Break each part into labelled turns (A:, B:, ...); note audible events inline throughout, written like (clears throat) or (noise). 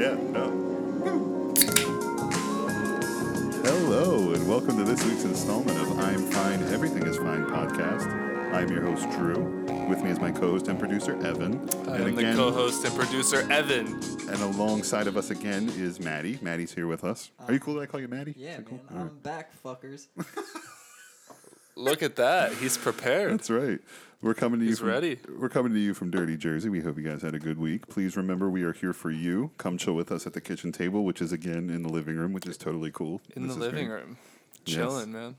A: Yeah, no. Hello, and welcome to this week's installment of I'm Fine, Everything is Fine podcast. I'm your host, Drew. With me is my co host and producer, Evan.
B: I
A: and
B: am the co-host and producer Evan.
A: and alongside of us again is Maddie. Maddie's here with us. Are you cool that I call you Maddie? Is
C: Yeah,
A: that cool?
C: man,
A: All right.
C: I'm back, fuckers.
B: Look at that. He's prepared.
A: That's right. We're coming to you.
B: He's
A: from,
B: ready.
A: We're coming to you from Dirty Jersey. We hope you guys had a good week. Please remember, we are here for you. Come chill with us at the kitchen table, which is again in the living room, which is totally cool.
B: In
A: This
B: the
A: is
B: living
A: great.
B: room. Chilling, man.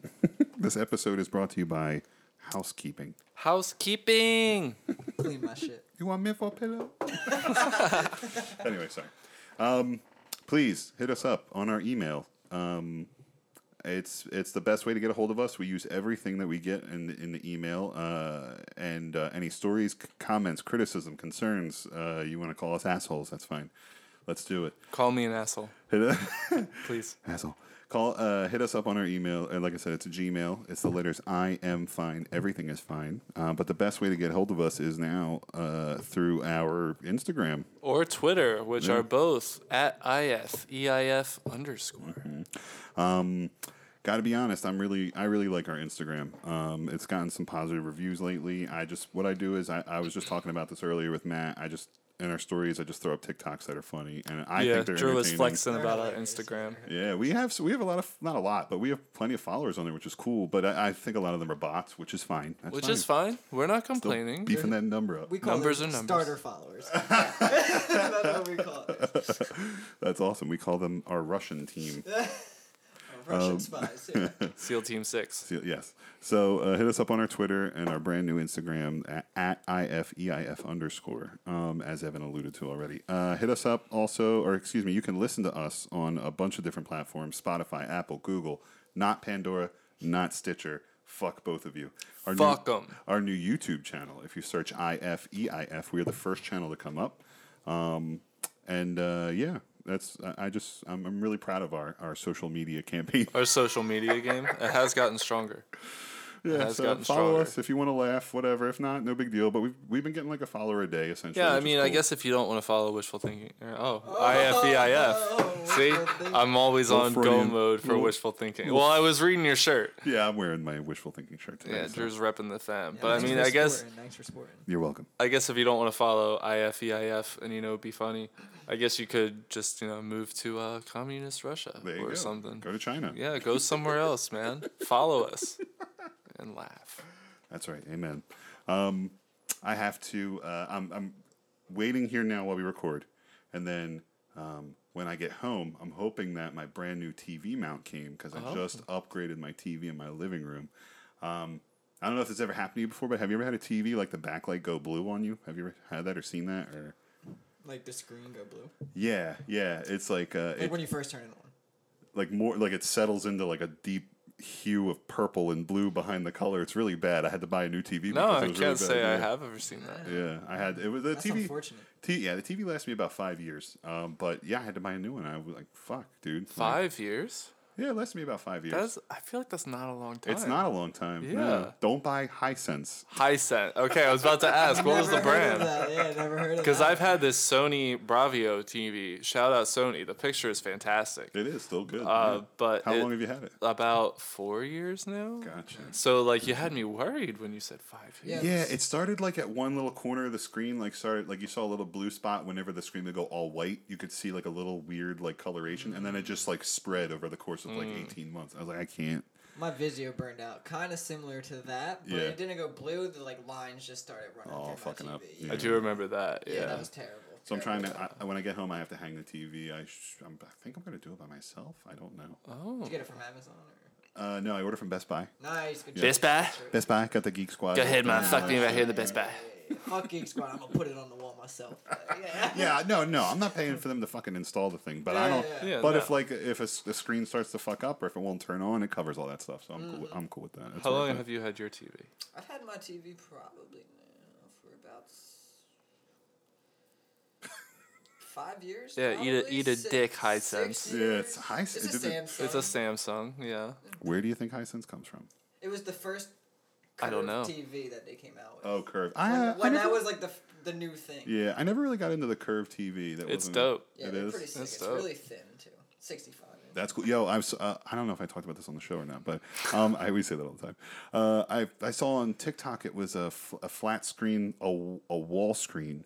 A: This episode is brought to you by housekeeping.
B: Housekeeping.
C: Clean my shit.
A: You want me for a pillow? (laughs) anyway, sorry. Um, please hit us up on our email. Um, it's it's the best way to get a hold of us. We use everything that we get in the, in the email, uh, and uh, any stories, c- comments, criticism, concerns. Uh, you want to call us assholes? That's fine. Let's do it.
B: Call me an asshole,
A: Hit (laughs) us,
B: please.
A: asshole. Call. Uh, hit us up on our email. And like I said, it's a Gmail. It's the letters I am fine. Everything is fine. Uh, but the best way to get a hold of us is now uh, through our Instagram.
B: Or Twitter, which are both at IF, EIF underscore.
A: Mm-hmm. Um, Got to be honest, I'm really, I really like our Instagram. Um, it's gotten some positive reviews lately. I just, what I do is, I, I was just talking about this earlier with Matt. I just in our stories, I just throw up TikToks that are funny, and I
B: yeah,
A: think they're
B: Drew was
A: entertaining.
B: flexing about our Instagram.
A: Yeah, we have we have a lot of not a lot, but we have plenty of followers on there, which is cool. But I, I think a lot of them are bots, which is fine. That's
B: Which is fine. We're not complaining.
A: Beefing that number up.
C: We call
B: Numbers
C: them
B: are numbers.
C: starter followers. (laughs) That's what we call it.
A: That's awesome. We call them our Russian team.
C: Russian
A: Um,
C: spies.
A: (laughs)
C: Yeah.
B: SEAL Team 6.
A: So, yes. So uh, hit us up on our Twitter and our brand new Instagram at, at IFEIF underscore, um, as Evan alluded to already. Uh, hit us up also, or excuse me, you can listen to us on a bunch of different platforms Spotify, Apple, Google, not Pandora, not Stitcher. Fuck both of you. Our
B: Fuck
A: new,
B: 'em.
A: Our new YouTube channel. If you search IFEIF, we are the first channel to come up. Um, and uh, yeah, that's, I, I just, I'm, I'm really proud of our, our social media
B: (laughs)
A: campaign.
B: Our social media game. It has gotten stronger.
A: Yeah,
B: has
A: so follow
B: gotten stronger.
A: us if you want to laugh, whatever. If not, no big deal. But we've, we've been getting like a follower a day essentially.
B: Yeah, I
A: which is
B: mean, I
A: cool.
B: guess if you don't want to follow wishful thinking, or- oh, IFEIF. See, I'm always
A: Little
B: on go
A: Freudian-
B: mode for
A: little-
B: wishful thinking. Well, I was reading your shirt.
A: Yeah, I'm wearing my wishful thinking shirt today.
B: Yeah,
A: so
B: Drew's repping the fam. but I
C: Thanks
B: mean,
C: for
B: I guess
C: sporting, Thanks for sporting.
A: You're welcome.
B: I guess if you don't want to follow IFEIF and you know be funny, I guess you could just you know move to uh, communist Russia
A: There you
B: or
A: go.
B: something.
A: Go to China.
B: (laughs) Yeah, go somewhere
A: (laughs)
B: else, man. Follow us and laugh.
A: That's right. Amen. Um, I have to. Uh, I'm, I'm waiting here now while we record, and then um, when I get home, I'm hoping that my brand new TV mount came because
B: Oh.
A: I just upgraded my TV in my living room. Um, I don't know if this ever happened to you before, but have you ever had a TV like the backlight go blue on you? Have you ever had that or seen that or?
C: Like the screen go blue.
A: Yeah, yeah. It's like uh,
C: Like
A: it,
C: when you first turn it on.
A: like more like it settles into like a deep hue of purple and blue behind the color. It's really bad. I had to buy a new TV.
B: No,
A: because
B: I
A: it
B: can't
A: was really bad,
B: say I
A: yeah.
B: have ever seen that.
A: Yeah, I had it was the
C: That's
A: TV.
C: unfortunate.
A: T, yeah, the TV lasted me about five years. Um, but yeah, I had to buy a new one. I was like, "Fuck, dude." Like,
B: Five years?
A: yeah, it lasted me about five years.
B: That's I feel like that's not a long time.
A: it's not a long time. Yeah.
B: Yeah.
A: Don't buy Hisense.
B: high set. Okay, I was
C: (laughs)
B: about to ask what was the
C: Never heard of
B: brand.
C: that, Yeah, never heard
B: (laughs)
C: of that.
B: Because I've had this Sony Bravio TV. Shout out Sony. The picture is fantastic.
A: It is still good.
B: Uh,
A: yeah.
B: but
A: how
B: it-
A: long have you had it?
B: About four years now.
A: Gotcha.
B: So like you had me worried when you said five years.
C: Yeah.
A: Yeah, it started like at one little corner of the screen, like started like you saw a little blue spot whenever the screen would go all white. You could see like a little weird like coloration, and then it just like spread over the course of like
B: Mm.
A: eighteen months. I was like, I can't.
C: My Vizio burned out. Kind of similar to that, but
A: Yeah.
C: it didn't go blue. The like lines just started running
A: Oh,
C: through
A: fucking
C: my TV.
A: up.
C: Yeah.
B: I do remember that. Yeah.
C: Yeah, that was terrible.
A: So I'm trying
C: terrible.
A: to. I, when I get home, I have to hang the TV. I, sh- I'm, I think I'm gonna do it by myself. I don't know.
B: oh.
C: Did you get it from Amazon or?
A: Uh, no, I order from Best Buy.
C: Nice. Good job.
B: Best Buy.
A: Best Buy got the Geek Squad.
B: Go ahead, man. Fuck me right here. The Best Buy.
C: Yeah, Fuck Geek Squad. I'm gonna put it on the wall myself. Yeah.
A: Yeah, no, no, I'm not paying for them to fucking install the thing, but I
C: Yeah,
A: don't.
C: yeah,
B: yeah. Yeah,
A: but
B: no.
A: if like if a, s- the screen starts to fuck up or if it won't turn on, it covers all that stuff. So I'm cool.
C: Mm-hmm.
A: I'm cool with that. It's
B: How
A: worth
B: long
A: it.
B: have you had your TV?
C: I've had my TV probably now for about s- five years.
B: Yeah, eat a-
C: probably,
B: eat a dick,
C: six
B: Hisense.
A: Yeah, it's
C: years.
A: Hisense.
C: It's a
A: Did it-
C: Samsung.
B: It's a Samsung. Yeah.
A: Where do you think Hisense comes from?
C: it was the first
B: I don't know.
C: TV that they came out with.
A: Oh, curved.
C: When,
A: I, I
C: when
A: never,
C: that was like the f- the new thing.
A: yeah, I never really got into the curved TV. That
B: It's
A: wasn't-
B: dope.
C: Yeah,
A: it
C: they're
A: is.
C: pretty sick.
B: That's
C: it's
B: dope.
C: really thin too. Sixty five.
A: That's cool. Yo, I was, uh, I don't know if I talked about this on the show or not, but um, I always say that all the time. Uh, I, I saw on TikTok it was a, f- a flat screen, a, w- a wall screen.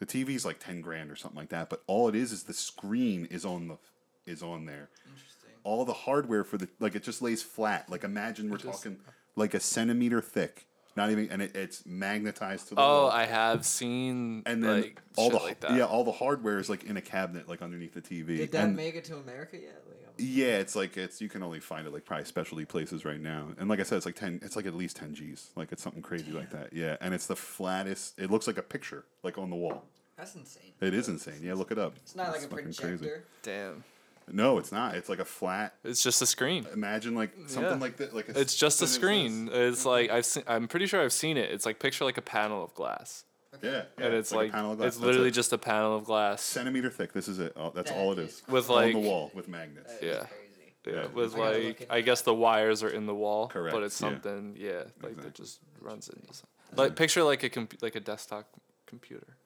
A: The TV's like 10 grand or something like that, but all it is is the screen is on the is on there.
C: Interesting.
A: All the hardware for the like it just lays flat. Like imagine we're talking like a centimeter thick. Not even and it, it's magnetized to the
B: Oh,
A: wall.
B: I have seen
A: and then
B: like,
A: all
B: shit
A: the
B: like that.
A: yeah, all the hardware is like in a cabinet like underneath the TV.
C: Did that
A: And-
C: make it to America yet? Like, oh, I'm-
A: yeah, it's like it's you can only find it like probably specialty places right now. And like I said, it's like ten. It's like at least ten G's. Like it's something crazy like that. Yeah, and it's the flattest. It looks like a picture, like on the wall.
C: that's insane.
A: It is insane. Yeah, look it up.
C: It's not like a
A: fucking
C: projector.
B: Damn.
A: No, it's not. It's like a flat.
B: It's just a screen.
A: Imagine like something
B: Yeah.
A: like that. Like a,
B: It's just a
A: thin as
B: screen. It's like I've seen. I'm pretty sure I've seen it. It's like picture like a panel of glass,
A: this. Yeah, yeah,
B: and it's,
A: a
B: like,
A: panel of glass.
B: it's
A: That's
B: literally
A: it.
B: just a panel of glass.
A: centimeter thick. This is it. Oh, that's
C: That
A: all it
C: is
A: is.
B: With,
A: on
B: like-
A: the wall with magnets.
C: That is
B: Yeah.
C: crazy.
B: Yeah,
A: Yeah.
B: with
C: I gotta look
B: like
C: into
B: I guess the wires are in the wall,
A: Correct,
B: but it's
A: yeah.
B: something yeah, like
A: Exactly.
B: that just runs into something. Like picture like a comp- like a desktop computer,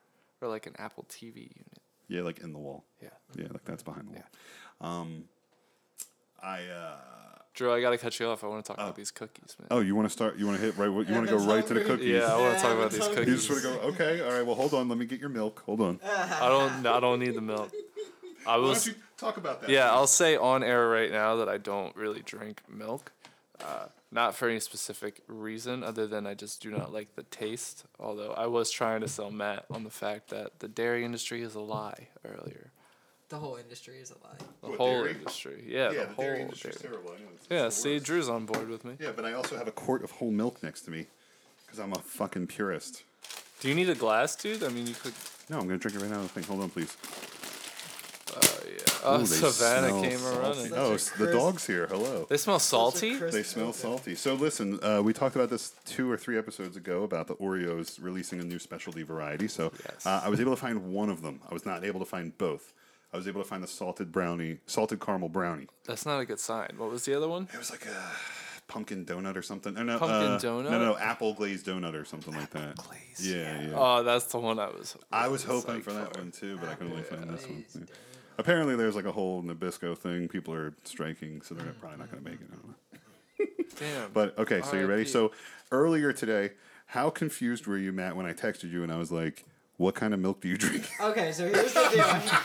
B: or like an Apple TV unit.
A: Yeah, like in the wall.
B: Yeah,
A: Yeah, like that's behind the wall. Um, I. uh
B: Drew, I gotta cut you off. I want to talk
A: Oh.
B: about these cookies, man.
A: Oh, you want to start? You want to hit right? You want to go
C: Evan's
A: right to the
C: hungry.
A: cookies?
B: Yeah, I want to talk about
C: That's
B: these
C: how
A: You
B: cookies.
A: just want to go, okay, all right, well, hold on, let me get your milk. Hold on. Why
B: I don't. I don't need the
C: (laughs)
B: milk. I
A: don't
B: was.
A: you talk about that?
B: Yeah, I'll say on air right now that I don't really drink milk. Uh, not for any specific reason other than I just do not like the taste. Although I was trying to sell Matt on the fact that the dairy industry is a lie earlier.
C: The whole industry is a lie.
B: The
A: What,
B: whole
A: dairy?
B: industry. Yeah,
A: yeah,
B: the, whole dairy.
A: industry's terrible. I know it's- it's
B: Yeah,
A: the
B: see,
A: worst.
B: Drew's on board with me.
A: Yeah, but I also have a quart of whole milk next to me because I'm a fucking purist.
B: Do you need a glass, dude? I mean, you could.
A: No, I'm going to drink it right out of the thing. Hold on, please.
B: Oh, yeah. Oh,
A: Ooh, they
B: Savannah
A: smell
B: came
A: salty.
B: running.
A: Oh,
C: Such a
A: s- the
C: crisp-
A: dog's here. Hello.
B: They smell salty?
C: crisp-
A: They smell salty. So listen, uh, we talked about this two or three episodes ago about the Oreos releasing a new specialty variety. So
B: Yes.
A: uh, I was able to find one of them. I was not able to find both. I was able to find the salted brownie, salted caramel brownie.
B: That's not a good sign. What was the other one?
A: It was like a pumpkin donut or something. Oh, no,
B: Pumpkin
A: uh,
B: donut?
A: No, no, apple glazed donut or something like that.
B: glazed,
A: Yeah, yeah.
B: Oh, that's the one I was.
A: I was hoping
B: psyched
A: for that
B: for.
A: one too, but I could only find this one.
C: Please,
A: Yeah.
C: dude.
A: Apparently, there's like a whole Nabisco thing. People are striking, so they're probably not going to make it. I don't know.
B: Damn.
A: But okay, so you ready?
B: RIP.
A: So earlier today, how confused were you, Matt, when I texted you and I was like, "What kind of milk do you (laughs) drink?"
C: Okay, so here's the
A: (laughs)
C: deal.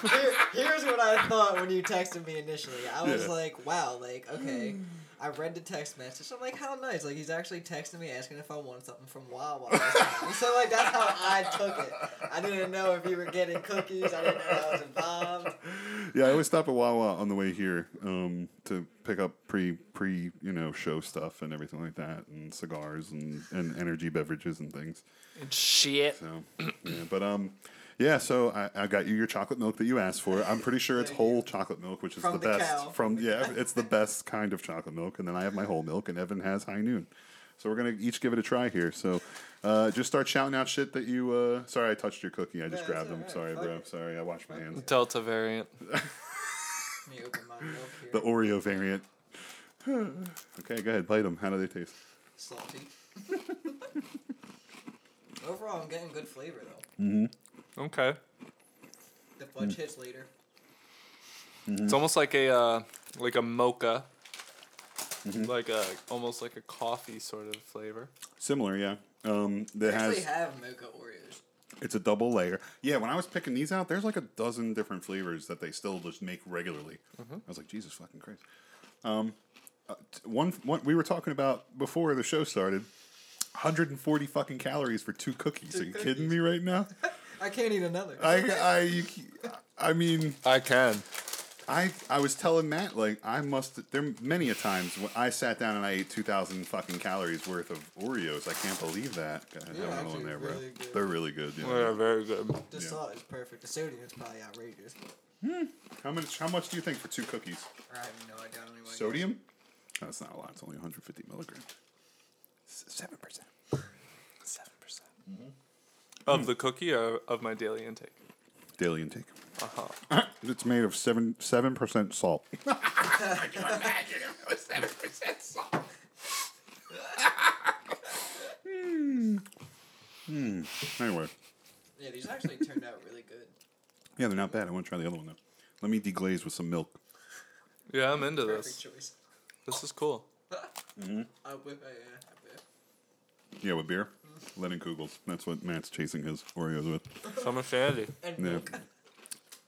C: Here, here's what I thought when you texted me initially. I was
A: Yeah.
C: like, wow, like, okay. I read the text message. I'm like, how nice. Like, he's actually texting me asking if I want something from Wawa. or something. so, like, that's how I took it. I didn't know if you were getting cookies. I didn't know I was involved.
A: yeah, I always stop at Wawa on the way here um, to pick up pre pre you know show stuff and everything like that, and cigars and, and energy beverages and things.
B: And shit.
A: So, yeah, but um, yeah. So I, I got you your chocolate milk that you asked for. I'm pretty sure it's whole chocolate milk, which is
C: From
A: the
C: the
A: best.
C: cow. (laughs)
A: From yeah, it's the best kind of chocolate milk. And then I have my whole milk, and Evan has high noon. So we're gonna each give it a try here. So, uh, just start shouting out shit that you. Uh, sorry, I touched your cookie. I just
C: it's
A: grabbed them.
C: alright.
A: Sorry,
C: Fuck
A: bro.
C: it.
A: Sorry, I washed my hands.
B: Delta variant.
C: Let me open my milk here.
A: The Oreo variant. (sighs) okay, go ahead, bite them. How do they taste?
C: Salty. (laughs) Overall, I'm getting good flavor, though.
B: Okay.
A: Mm-hmm.
C: The fudge
A: Hmm.
C: hits later.
B: It's almost like a uh, like a mocha.
A: Mm-hmm.
B: Like a almost like a coffee sort of flavor.
A: Similar, yeah. Um, that
C: I actually
A: has
C: have mocha Oreos.
A: It's a double layer. Yeah, when I was picking these out, there's like a dozen different flavors that they still just make regularly. I was like, Jesus fucking Christ. Um, uh, t- one, one we were talking about before the show started. 140 fucking calories for two cookies. Are you kidding me right now?
C: I can't eat another.
A: I, I, you c- I mean,
B: I can.
A: I, I was telling Matt like I must. There are many a times when I sat down and I ate 2,000 fucking calories worth of Oreos. I can't believe that. God, have
C: They're
A: another one
C: actually
A: there, bro.
C: really good.
A: They're really good. Yeah.
B: They're very good.
C: The
A: Yeah.
C: salt is perfect. The sodium is probably outrageous.
A: How much? How much do you think for two cookies?
C: I have no idea. I don't even
A: Sodium? That's not a lot. It's only 150 milligrams. Seven percent.
B: Seven percent. Of the cookie or of my daily intake.
A: Daily intake. Uh-huh. It's made of seven seven percent (laughs) salt.
C: Seven percent salt.
A: Hmm. Anyway,
C: Yeah, these actually turned out really
B: (laughs)
C: good.
A: yeah, they're not bad. I want to try the other one though. Let me deglaze with some milk.
B: Yeah, I'm into
C: Perfect
B: this.
C: choice.
B: This is cool. Mm-hmm.
C: (laughs) I whip, uh, yeah, I whip.
A: Yeah, with beer, Lennon Kugels. That's what Matt's chasing his Oreos with.
B: Summer Shandy.
C: And
A: Yeah.
B: (laughs)
C: milk.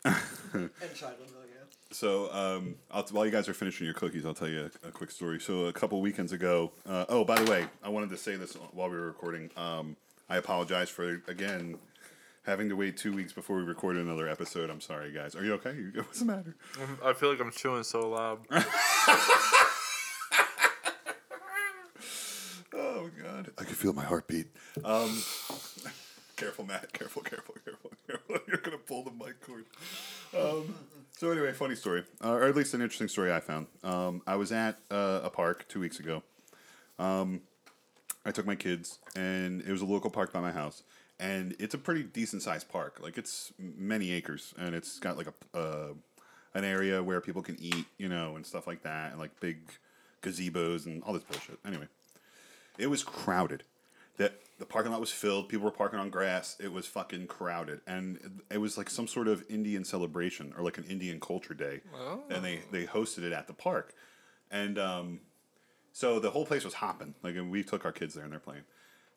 C: and chocolate milk, yeah.
A: So, um, I'll, while you guys are finishing your cookies, I'll tell you a, a quick story. So, a couple weekends ago, uh, oh, by the way, I wanted to say this while we were recording. Um, I apologize for again having to wait two weeks before we recorded another episode. I'm sorry, guys. Are you okay? You- What's the matter?
B: I feel like I'm chewing so loud.
A: Oh God, I can feel my heartbeat. Um, (laughs) careful, Matt. Careful, careful, careful, (laughs) careful. You're gonna pull the mic cord. Um, so anyway, funny story, uh, or at least an interesting story I found. Um, I was at uh, a park two weeks ago. Um, I took my kids, and it was a local park by my house, and it's a pretty decent sized park. Like it's m- many acres, and it's got like a uh, an area where people can eat, you know, and stuff like that, and like big gazebos and all this bullshit. Anyway. It was crowded. That the parking lot was filled. People were parking on grass. It was fucking crowded, and it was like some sort of Indian celebration or like an Indian culture day,
B: Oh.
A: and they they hosted it at the park, and um, so the whole place was hopping. Like, and we took our kids there, and they're playing.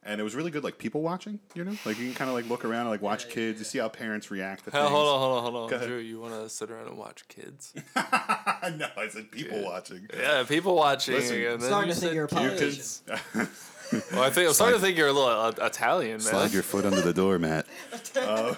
A: And it was really good, like people watching, you know, like you can kind of like look around and like watch
C: Yeah, yeah,
A: kids, you see how parents react. To
B: (laughs) Hell,
A: things.
B: hold on, hold on, hold on.
A: Go ahead.
B: Drew, you want to sit around and watch
A: (laughs)
B: kids?
A: no, I said people watching.
B: yeah, people watching.
A: Listen,
B: and then
C: Starting
B: you
C: to think
B: said
C: you're a
B: kids.
C: politician.
B: Well, I think I'm starting to think you're a little uh, Italian, man.
A: Slide your foot under the door, Matt. Uh,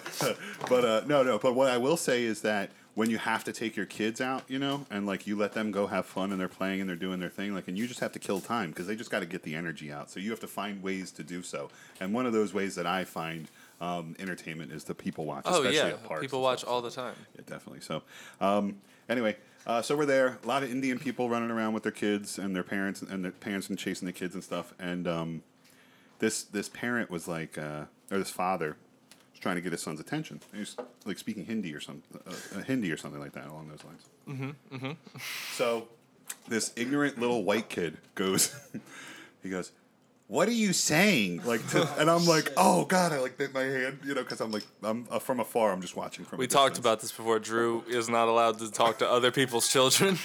A: but uh, no, no. But what I will say is that when you have to take your kids out, you know, and like you let them go have fun and they're playing and they're doing their thing, like, and you just have to kill time because they just got to get the energy out. So you have to find ways to do so. And one of those ways that I find um, entertainment is the people watch,
B: oh
A: especially
B: yeah,
A: at parks.
B: people
A: and
B: watch
A: stuff.
B: all the time.
A: Yeah, definitely. So, um, anyway, uh, so we're there. A lot of Indian people running around with their kids and their parents and their parents and chasing the kids and stuff. And um, this this parent was like, uh, or this father was trying to get his son's attention. And He's like speaking Hindi or some uh, uh, Hindi or something like that along those lines. Mm-hmm. Mm-hmm. (laughs) So this ignorant little white kid goes, (laughs) he goes. What are you saying? Like, to, and I'm like, (laughs) oh god, I like bit my hand, you know, because I'm like, I'm uh, from afar, I'm just watching from.
B: We
A: a
B: talked
A: distance.
B: about this before. Drew is not allowed to talk to other people's children.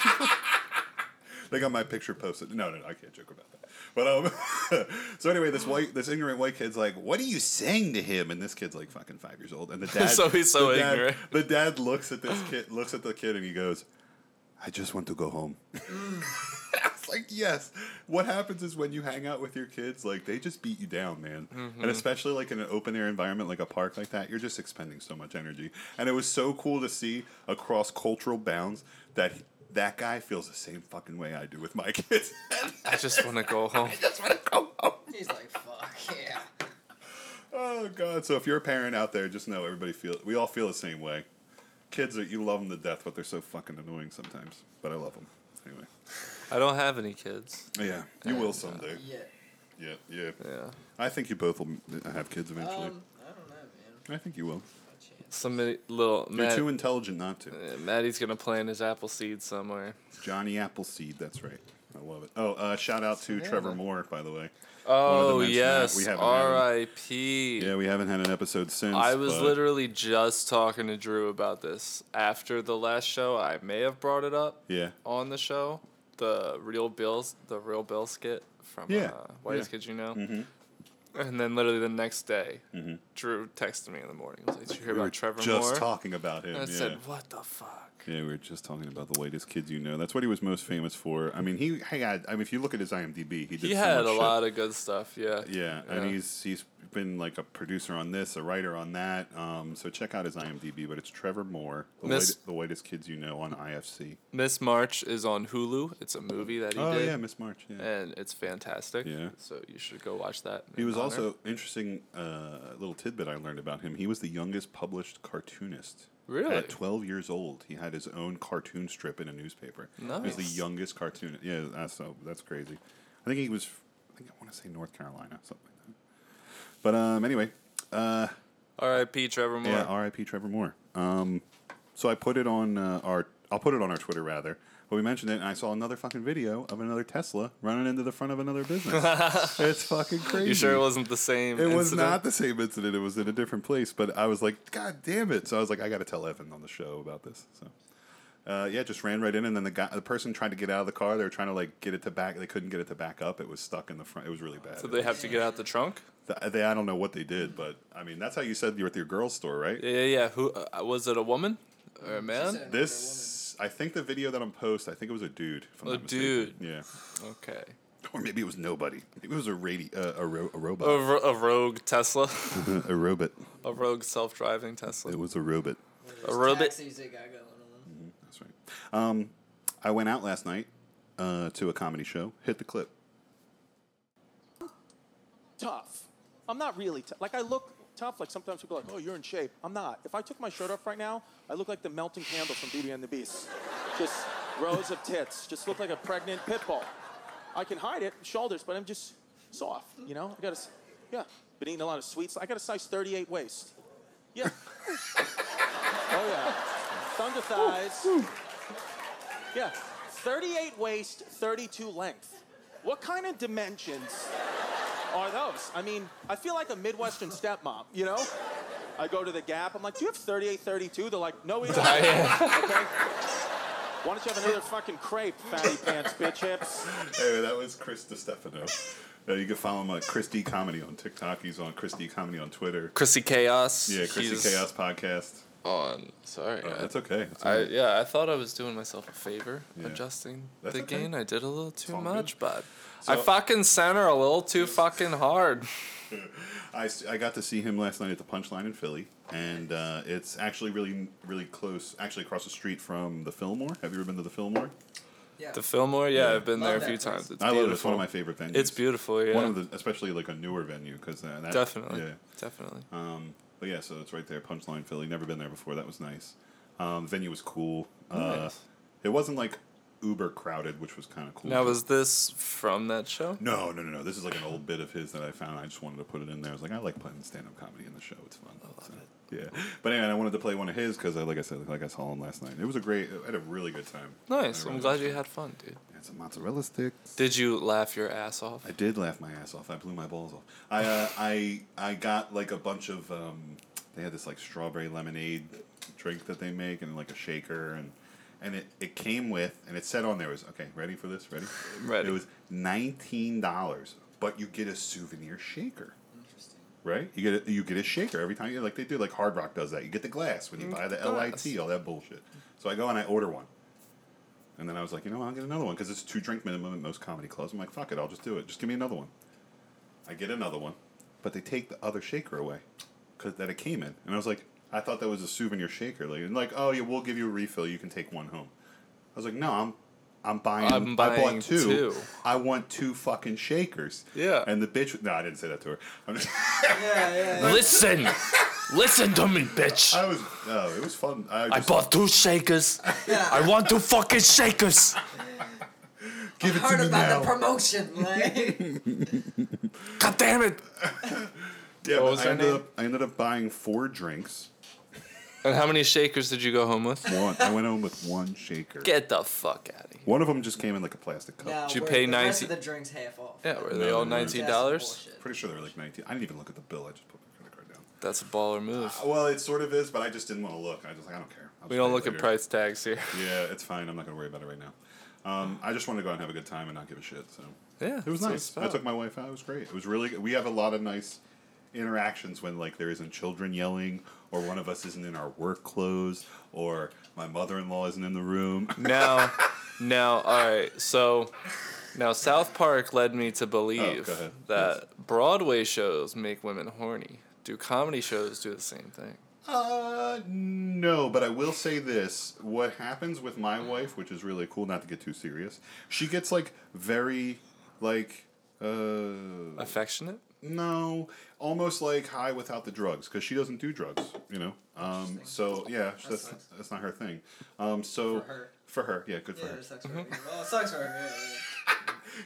A: They got my picture posted. No, no, no I can't joke about that. But um, (laughs) so anyway, this white, this ignorant white kid's like, "What are you saying to him?" And this kid's like fucking five years old, and
B: (laughs)
A: the dad.
B: So he's so
A: the dad-
B: ignorant.
A: The dad looks at this kid, looks at the kid, and he goes, "I just want to go home." It's like yes. What happens is when you hang out with your kids, like they just beat you down, man. And especially like in an open air environment, like a park like that, you're just expending so much energy. And it was so cool to see across cultural bounds that that guy feels the same fucking way I do with my (laughs) kids.
B: I just want to go home.
C: He's like, fuck, yeah.
A: oh god! So if you're a parent out there, just know everybody feel we all feel the same way. Kids are you love them to death, but they're so fucking annoying sometimes. But I love them anyway.
B: I don't have any kids.
A: Yeah, you will someday.
C: Yeah.
A: Yeah, yeah.
B: Yeah.
A: I think you both will m- have kids eventually.
C: Um, I don't know, man.
A: I think you will.
C: No chance.
B: Somebody, little
A: You're
B: Matt,
A: too intelligent not to.
B: uh, Maddie's gonna plant his apple seed somewhere.
A: Johnny Appleseed, that's right. I love it. Oh, uh, shout out to Trevor Moore, by the way. Wanted to
B: Oh
A: mention that. We
B: yes,
A: haven't had-
B: R.I.P.
A: Yeah, we haven't had an episode since.
B: I was
A: but-
B: literally just talking to Drew about this after the last show. I may have brought it up
A: Yeah.
B: on the show. The real bills, the real bill skit from
A: Yeah,
B: uh, Why
A: yeah.
B: Did You Know? And then literally the next day, Drew texted me in the morning. He was like, "Did you hear
A: we were
B: about Trevor
A: just
B: Moore?"
A: talking about him.
B: and I
A: yeah.
B: said, "What the fuck?"
A: yeah, we were just talking about the latest kids you know. That's what he was most famous for. I mean, he had. I mean, if you look at his IMDb, he did.
B: He
A: so
B: had
A: much
B: a
A: shit.
B: lot of good stuff. Yeah.
A: Yeah,
B: Yeah.
A: and he's he's been like a producer on this, a writer on that. Um, so check out his IMDb. But it's Trevor Moore, the,
B: Miss-
A: latest, the latest kids you know on IFC.
B: Miss March is on Hulu. It's a movie that he
A: oh
B: did,
A: yeah, Miss March. Yeah.
B: and it's fantastic.
A: Yeah.
B: So you should go watch that.
A: He
B: in
A: was
B: honor.
A: also interesting. Uh, little tidbit I learned about him. He was the youngest published cartoonist.
B: Really?
A: At 12 years old, he had his own cartoon strip in a newspaper. He was the
B: Nice.
A: youngest cartoonist. Yeah, that's so that's crazy. I think he was. I think I want to say North Carolina, something like that. But um, anyway, uh,
B: R.I.P. Trevor Moore.
A: yeah, R.I.P. Trevor Moore. Um, so I put it on uh, our. I'll put it on our Twitter rather. But we mentioned it, and I saw another fucking video of another Tesla running into the front of another business.
B: (laughs)
A: it's fucking crazy.
B: You sure it wasn't the same?
A: It was
B: incident?
A: not the same incident. It was in a different place. But I was like, God damn it! So I was like, I got to tell Evan on the show about this. So, uh, yeah, just ran right in, and then the guy, the person tried to get out of the car. They were trying to like get it to back. They couldn't get it to back up. It was stuck in the front. It was really bad.
B: Did they have to get out the trunk?
A: Th- they, I don't know what they did, but I mean, that's how you said you were at your girl's store, right?
B: Yeah, yeah. yeah. Who uh, was it? A woman or a man?
C: said-
A: This, I think the video that I'm post, I think it was a dude. If I'm
B: A
A: not mistaken.
B: dude.
A: Yeah,
B: Okay.
A: or maybe it was nobody. Maybe it was a radio, uh, a, ro- a
B: A,
A: robot,
B: ro- a rogue Tesla, (laughs)
A: a robot.
B: a rogue self-driving Tesla. (laughs)
A: It was a robot.
B: A robot.
C: Taxis they got going on.
A: That's right. Um, I went out last night uh, to a comedy show. Hit the clip.
D: tough. I'm not really tough. Like I look tough. Like sometimes people are like, "Oh, you're in shape." I'm not. If I took my shirt off right now, I look like the melting candle from Beauty and the Beast. Just rows of tits. Just look like a pregnant pit bull. I can hide it, shoulders, but I'm just soft. You know, I got to. Yeah, been eating a lot of sweets. I got a size 38 waist. Yeah. oh yeah. Thumb to thighs. Yeah. 38 waist, 32 length. What kind of dimensions? are those? I mean, I feel like a Midwestern stepmom, you know? I go to the Gap, I'm like, do you have 38, 32? They're like, no, we
B: Oh,
D: don't. okay? Why don't you have another fucking crepe, fatty pants, bitch hips?
A: Hey, that was Chris DeStefano. Uh, you can follow him at Christy Comedy on TikTok. He's on Christy Comedy on Twitter.
B: Chrissy Chaos.
A: Yeah, Christy
B: he's
A: Chaos Podcast.
B: On. Sorry.
A: Uh,
B: I-
A: that's okay. That's
B: I
A: okay.
B: yeah, I thought I was doing myself a favor
A: Yeah.
B: adjusting
A: That's
B: the
A: okay.
B: gain. I did a little too
A: all
B: much, but I
A: So-
B: fucking center a little too fucking hard. (laughs)
A: I, s- I got to see him last night at the Punchline in Philly, and uh, it's actually really really close, actually across the street from the Fillmore. Have you ever been to the Fillmore?
C: Yeah.
B: The Fillmore, yeah,
A: Yeah.
B: I've been there a
C: Love
B: few
C: that place.
B: times. It's
A: I
B: beautiful.
A: love it. It's one of my favorite venues.
B: It's beautiful, yeah.
A: One of the, especially like a newer venue, because uh, that
B: definitely,
A: yeah.
B: definitely.
A: Um, but yeah, so it's right there, Punchline Philly. Never been there before. That was nice. Um, venue was cool. Uh,
B: Nice.
A: it wasn't like uber crowded, which was kind of cool.
B: now, was this from that show?
A: no, no, no, no. This is like an old bit of his that I found. I just wanted to put it in there. I was like, I like putting stand up comedy in the show. It's fun. So, Yeah, but anyway, I wanted to play one of his because, like I said, like I saw him last night. It was a great. I had a really good time.
B: Nice.
A: I
B: I'm
A: really
B: glad
A: enjoyed
B: you
A: it.
B: had fun, dude.
A: It's a mozzarella stick.
B: Did you laugh your ass off?
A: I did laugh my ass off. I blew my balls off. I uh, I I got like a bunch of um, they had this like strawberry lemonade drink that they make and like a shaker and and it, it came with and it said on there was okay ready for this ready
B: Ready.
A: it was nineteen dollars but you get a souvenir shaker
C: Interesting.
A: right you get a, you get a shaker every time you like they do like Hard Rock does that you get the glass when you buy the
B: glass.
A: lit all that bullshit so I go and I order one and then I was like, you know, what, I'll get another one because it's two drink minimum at most comedy clubs. I'm like, fuck it, I'll just do it. Just give me another one. I get another one, but they take the other shaker away because that it came in, and I was like, I thought that was a souvenir shaker. Like, and like, oh yeah, we'll give you a refill. You can take one home. I was like, no, I'm. I'm buying.
B: I'm
A: I bought
B: buying
A: two.
B: two.
A: I want two fucking shakers.
B: Yeah.
A: And the bitch. No, I didn't say that to her. I'm just,
C: Yeah, yeah.
E: (laughs)
C: yeah.
E: Listen, listen to me, bitch.
A: I was. Oh, it was fun. I,
E: I
A: just,
E: bought two shakers. I want two fucking shakers.
A: give it to
C: Heard
A: me
C: about
A: now.
C: the (laughs) promotion, like.
E: God damn it.
A: yeah,
B: What
A: but
B: was
A: I
B: her
A: ended
B: name?
A: up. I ended up buying four drinks.
B: And how many shakers did you go home with?
A: One. I went home with one shaker.
B: Get the fuck out of here.
A: One of them just came in like a plastic cup.
C: No,
B: Did you
C: we're-
B: pay
C: the rest
B: 90
C: of the drinks half off.
B: Yeah, were they
A: No,
B: all
A: no, no.
B: nineteen
C: That's
B: dollars?
C: bullshit.
A: Pretty sure they were like 19. I didn't even look at the bill. I just put my credit card down. Uh,
B: That's a baller move.
A: Well, it sort of is, but I just didn't want to look. I just like I don't care. I'll
B: We
A: just
B: don't
A: pay
B: look
A: it
B: at
A: later.
B: price tags here.
A: Yeah, it's fine. I'm not gonna worry about it right now. Um, I just want to go out and have a good time and not give a shit. So
B: Yeah,
A: it was
B: that's what
A: nice.
B: it's
A: I
B: about.
A: took my wife out. It was great. It was really. good. We have a lot of nice interactions when like there isn't children yelling or one of us isn't in our work clothes or my mother-in-law isn't in the room. (laughs)
B: Now, now, all right. So, now South Park led me to believe
A: go ahead.
B: that Broadway shows make women horny. Do comedy shows do the same thing?
A: Uh, no, but I will say this. What happens with my wife, which is really cool, not to get too serious, she gets like very, like, uh,
B: Affectionate?
A: no, almost like high without the drugs, because she doesn't do drugs, you know? Um, so yeah, that's,
C: sucks.
A: that's not her thing. Um, so
C: For her.
A: for her, yeah, good for
C: Yeah,
A: her.
B: Mm-hmm.
C: Oh, it sucks for her. Well, it sucks for her. yeah, yeah.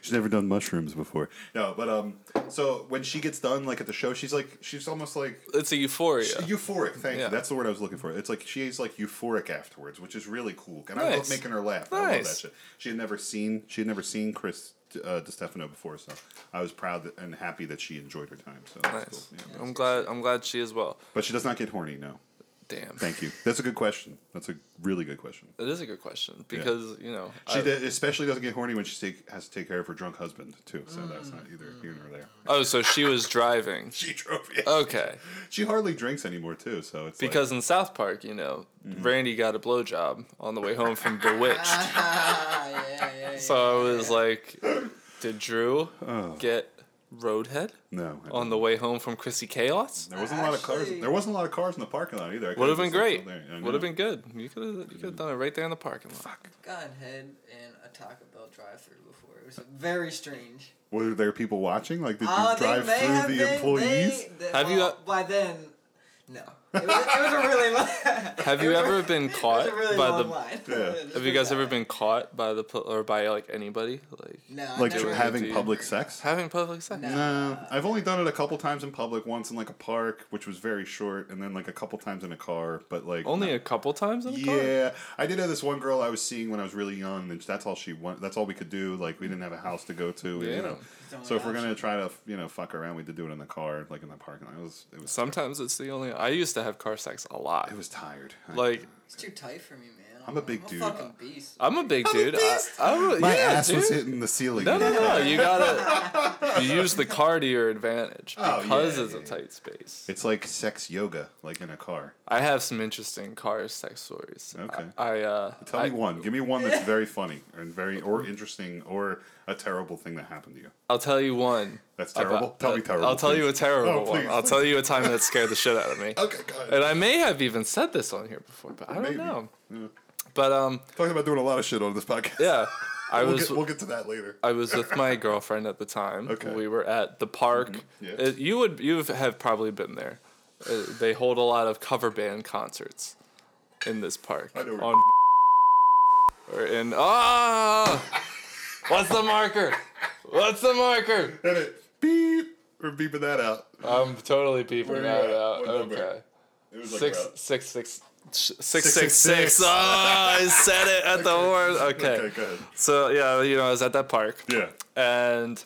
A: She's never done mushrooms before. No, but um, so when she gets done, like at the show, she's like, she's almost like
B: It's a euphoria.
A: euphoric. Thank
B: Yeah.
A: you. That's the word I was looking for. It's like she's like euphoric afterwards, which is really cool. And I love
B: Nice.
A: making her laugh. I love that
B: Nice.
A: shit. She had never seen she had never seen Chris uh, DiStefano before, so I was proud that, and happy that she enjoyed her time. So that's cool.
B: nice.
A: Yeah.
B: I'm glad. I'm glad she as well.
A: But she does not get horny. No,
B: Damn.
A: thank you. That's a good question. That's a really good question.
B: That is a good question because you know
A: She
B: I,
A: d especially doesn't get horny when she take, has to take care of her drunk husband too. So
C: Mm.
A: that's not either here nor there.
B: Oh, so she was driving.
A: She drove. Yeah.
B: Okay.
A: She hardly drinks anymore too. So it's like-
B: Because in South Park, you know,
A: Mm-hmm.
B: Randy got a blowjob on the way home from
C: (laughs)
B: Bewitched.
C: Ah, yeah, yeah, yeah.
B: so I was like, did Drew
A: Oh.
B: get Roadhead
A: no. I
B: on the way home from Chrissy Chaos?
A: There wasn't a lot of cars.
C: Actually-
A: There wasn't a lot of cars in the parking lot either. I
B: Would
A: could've
B: have been
A: just left
B: great.
A: it there. I
B: Would have
A: know. Mm.
B: been good. You could have you could have done it right there in the parking lot.
C: Gone head in a Taco Bell drive-through before. It was very strange.
A: Were there people watching? Like, did you
C: Uh,
A: drive
C: they may
A: through
C: have
A: the
C: been-
A: employees?
C: They, they,
B: Have you uh,
C: well,
B: got-
C: by then? No. It was, it was a really long. (laughs)
B: Have you ever been
C: it was
B: caught
C: a really
B: by
C: long
B: the?
C: line. (laughs)
A: Yeah.
B: Have you guys ever been caught by the pol- or by like anybody like
C: No, I
A: like
C: never-
A: having
B: do.
A: public sex?
B: having public sex?
C: No.
A: No, I've only done it a couple times in public. Once in like a park, which was very short, and then like a couple times in a car. But like
B: Only a couple times in a car.
A: Yeah, I did have this one girl I was seeing when I was really young, and that's all she wanted. That's all we could do. Like we didn't have a house to go to,
B: Yeah.
A: you know.
C: the only
A: So if we're
C: option.
A: gonna try to, you know, fuck around, we had to do it in the car, like in the parking lot. It was, it was,
B: Sometimes it's the only. I used to have car sex a lot.
A: it was tired. I-
B: Like
C: It's too tight for me, man.
A: I'm a big dude.
C: I'm a fucking beast.
B: I'm a big dude. I,
A: beast.
B: I would-
A: my
B: yeah,
A: ass was
B: dude.
A: hitting the ceiling.
B: No, no, no. You
A: (laughs)
B: gotta you use the car to your advantage
A: Oh, yeah,
B: because it's
A: yeah,
B: a tight space.
A: It's like sex yoga, like in a car.
B: I have some interesting car sex stories.
A: Okay.
B: I, I uh.
A: Tell
B: I,
A: me one. Give me one that's very funny and very
B: (laughs)
A: or interesting or a terrible thing that happened to you.
B: I'll tell you one.
A: That's terrible. Tell me terrible,
B: I'll tell you a
A: please.
B: terrible
A: Oh,
B: one.
A: please,
B: I'll tell you a time that scared the shit
A: (laughs)
B: out of me.
A: Okay, go ahead.
B: And I may have even said this on here before, but I don't
A: Maybe.
B: know.
A: Yeah.
B: But um,
A: Talking about doing a lot of shit on this podcast.
B: yeah, I
A: we'll,
B: was
A: get, we'll get to that later.
B: I was with my girlfriend at the time.
A: Okay. Mm-hmm.
B: We were at the park.
A: Yeah.
B: Uh, you would you have probably been there. Uh, they hold a lot of cover band concerts in this park.
A: I know where-
B: on (laughs) or in ah. What's the marker? What's the marker?
A: Hit it. Beep. We're beeping that out.
B: I'm totally
A: Where
B: beeping
A: you
B: that
A: at?
B: out.
A: What number?
B: Okay.
A: It was like
B: Six
A: about-
B: six six sh- six
A: six,
B: six
A: six.
B: six. Oh, I said it at the horn.
A: (laughs) Okay, go ahead.
B: So yeah, you know, I was at that park.
A: Yeah.
B: and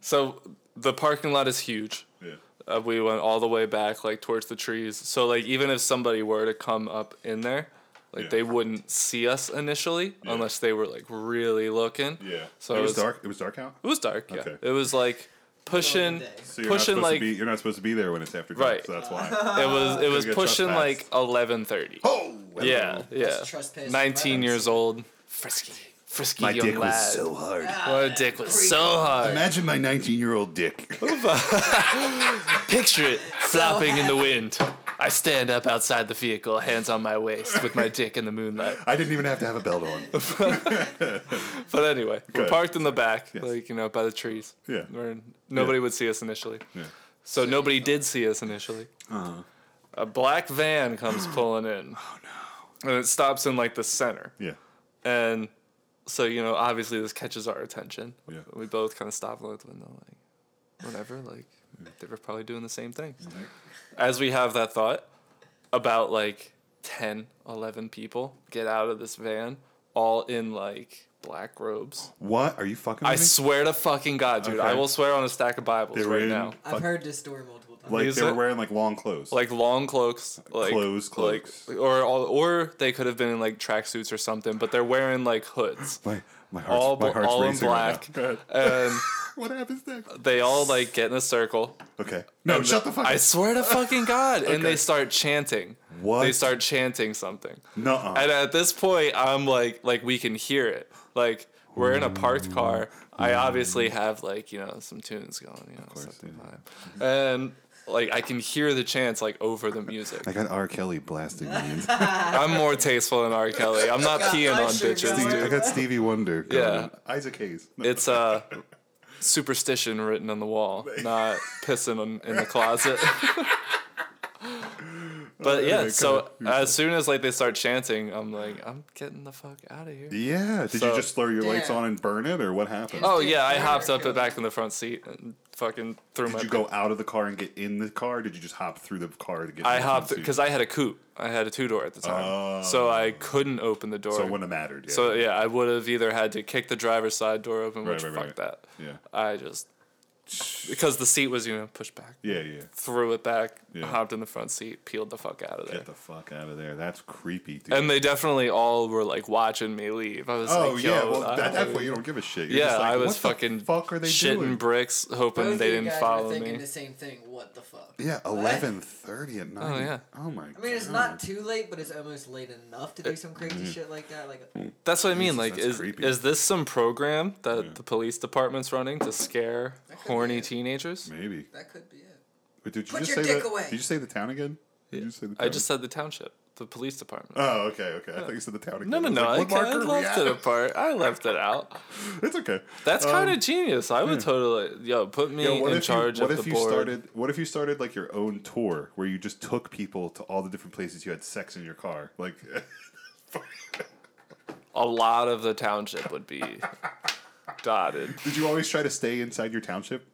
B: so the parking lot is huge.
A: Yeah.
B: Uh, we went all the way back, like towards the trees. So like even if somebody were to come up in there, like
A: Yeah.
B: they wouldn't see us initially
A: Yeah.
B: unless they were like really looking.
A: Yeah.
B: So
A: it was dark. It was dark out.
B: It was dark. Yeah.
A: Okay.
B: It was like pushing,
C: day. So
A: So you're
B: pushing
A: not supposed
B: like
A: to be, you're not supposed to be there when it's after dark.
B: Right.
A: So that's why.
B: it was it was
A: get
B: pushing
A: trespassed.
B: like eleven thirty.
A: (laughs) oh.
B: Yeah, yeah.
C: That's trespassing
B: Nineteen
C: rights.
B: years old, frisky, frisky
A: My
B: young
A: dick
B: lad.
A: was so hard.
B: My dick was
A: (laughs)
B: so hard.
A: Imagine my 19 year old dick.
B: Picture it flopping in the wind. I stand up outside the vehicle, hands on my waist, with my dick in
A: (laughs)
B: the moonlight.
A: I didn't even have to have a belt on.
B: But anyway,
A: Good.
B: we're parked in the back, like you know, by the trees.
A: Yeah.
B: where nobody would see us initially.
A: Yeah. Uh-huh.
B: So nobody did see us initially. A black
A: (gasps)
B: van comes pulling in. Oh no! And it stops in like the center,
A: Yeah.
B: and so you know, obviously this catches our attention.
A: Yeah.
B: We both kind of stop and look at the window, like whatever. Like they were probably doing the same thing.
A: Mm-hmm.
B: as we have that thought, about like 10, 11 people get out of this van, all in like black robes.
A: What? Are you fucking
B: I
A: with me?
B: swear to fucking God, dude. I
A: Mm-hmm. Okay.
B: will swear on a stack of Bibles
A: They were
B: right
A: in-
B: now.
C: I've heard this story multiple times.
A: Like
B: Is
A: they were
B: it-
A: wearing like long clothes.
B: Like long cloaks, like
A: Uh, Clothes,
B: like-
A: cloaks.
B: or all- or they could have been in like tracksuits or something, but they're wearing like hoods,
A: my my heart's,
B: all
A: my
B: bl-
A: heart's
B: all in
A: racing right
B: black,
A: now. Go ahead.
B: (laughs) and
A: (laughs) what happens next?
B: they all like get in a circle.
A: Okay. No,
B: And
A: shut the fuck
B: I
A: up.
B: swear to fucking God, and
A: Okay.
B: they start chanting.
A: What?
B: They start chanting something.
A: Nuh-uh.
B: And at this point, I'm like, like we can hear it. Like we're in a parked car. I obviously
A: Mm.
B: have like you know some tunes going, you know, something vibe. and like I can hear the chants like over the music.
A: I got R. Kelly blasting me. and-
B: I'm more tasteful than R. Kelly. I'm not
C: Got
B: peeing on
C: Usher
B: bitches,
C: going.
A: Stevie, I
B: dude.
A: got Stevie Wonder. going
B: Yeah.
A: on. Isaac Hayes. No.
B: It's uh, superstition written on the wall, not pissing on, in the closet. (laughs) But yeah,
A: Okay,
B: so
A: cool.
B: as soon as like they start chanting, I'm like, I'm getting the fuck out of here.
A: Yeah. Did you
B: So-
A: just throw your lights
C: Yeah.
A: on and burn it, or what happened?
B: Oh yeah, I hopped up and back in the front seat and fucking threw my.
A: Did you go out of the car and get in the car? Or did you just hop through the car to get?
B: I
A: in the
B: hopped
A: front seat? Oh.
B: because I had a coupe. I had a two door at the time, so I couldn't open the door.
A: so it wouldn't have mattered. Yeah.
B: So, yeah, I would have either had to kick the driver's side door open,
A: Right,
B: which
A: right,
B: fuck
A: right.
B: that.
A: Yeah.
B: I just because the seat was you know pushed back,
A: yeah, yeah.
B: threw it back,
A: Yeah.
B: hopped in the front seat, peeled the fuck out of there.
A: Get the fuck out of there. That's creepy, dude.
B: and they definitely all were like watching me leave. I was
A: oh
B: like,
A: yeah,
B: Yo,
A: well
B: I-
A: at that point you don't give a shit. You're
B: yeah,
A: just like,
B: I
A: what
B: was
A: the
B: fucking
A: fuck are they
B: shitting
A: doing?
B: bricks, hoping
C: Both
B: they
C: you
B: didn't
C: guys were
B: follow
C: thinking
B: me.
C: the same thing. What the fuck?
A: Yeah,
C: What?
A: eleven thirty at night.
B: yeah.
A: Oh my.
C: I mean, it's not too late, but it's almost late enough to do some crazy
A: Mm-hmm.
C: shit like that. Like,
B: That's what I mean. Like,
A: that's
B: is
A: creepy.
B: is this some program that the police department's running to scare
C: could be
B: horny
C: it.
B: teenagers?
A: Maybe.
C: that could be it.
A: Wait, did you
C: Put
A: just
C: your
A: say
C: dick
A: the,
C: away.
A: Did you say the town again? Did you say the town?
B: I just said the township, the police department.
A: Oh, okay, okay. I thought you said the town again.
B: Uh, no, no,
A: I was
B: no.
A: like, what
B: I, kinda
A: marker are we
B: left
A: at?
B: it apart. I left it out.
A: (laughs) It's okay.
B: That's
A: Um,
B: kind of genius. I would totally, yo, put me
A: Yeah, what
B: in
A: if
B: charge
A: you, what
B: of
A: if
B: the
A: you
B: board.
A: started what if you started like your own tour where you just took people to all the different places you had sex in your car like (laughs)
B: A lot of the township would be dotted.
A: did you always try to stay inside your township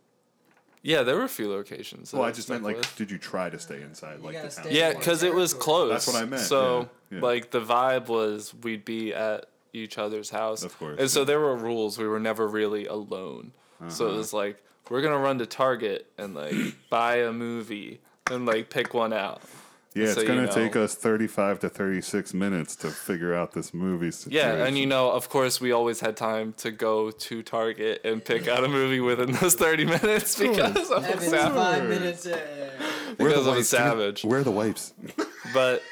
B: Yeah, there were a few locations. that
A: well i just meant
B: stuck
A: like
B: with.
A: did you try to stay inside like the
C: gotta stay
A: township
B: Yeah,
C: Like-
B: because it was close.
A: That's what I meant,
B: So,
A: yeah, yeah.
B: like, the vibe was we'd be at each other's house.
A: Of course,
B: And so there were rules. We were never really alone. So it
A: Uh-huh.
B: was like, we're going to run to Target and, like,
A: (coughs)
B: buy a movie and, like, pick one out.
A: yeah it's
B: so you
A: gonna
B: know.
A: take us 35 to 36 minutes to figure out this movie situation.
B: Yeah, and you know, of course, we always had time to go to Target and pick out a movie within those 30 minutes because I'm a
C: Evan's
B: savage.
C: five minutes in.
A: Where
B: because I'm a savage.
A: where are the
B: (laughs)
A: wipes (laughs)
B: but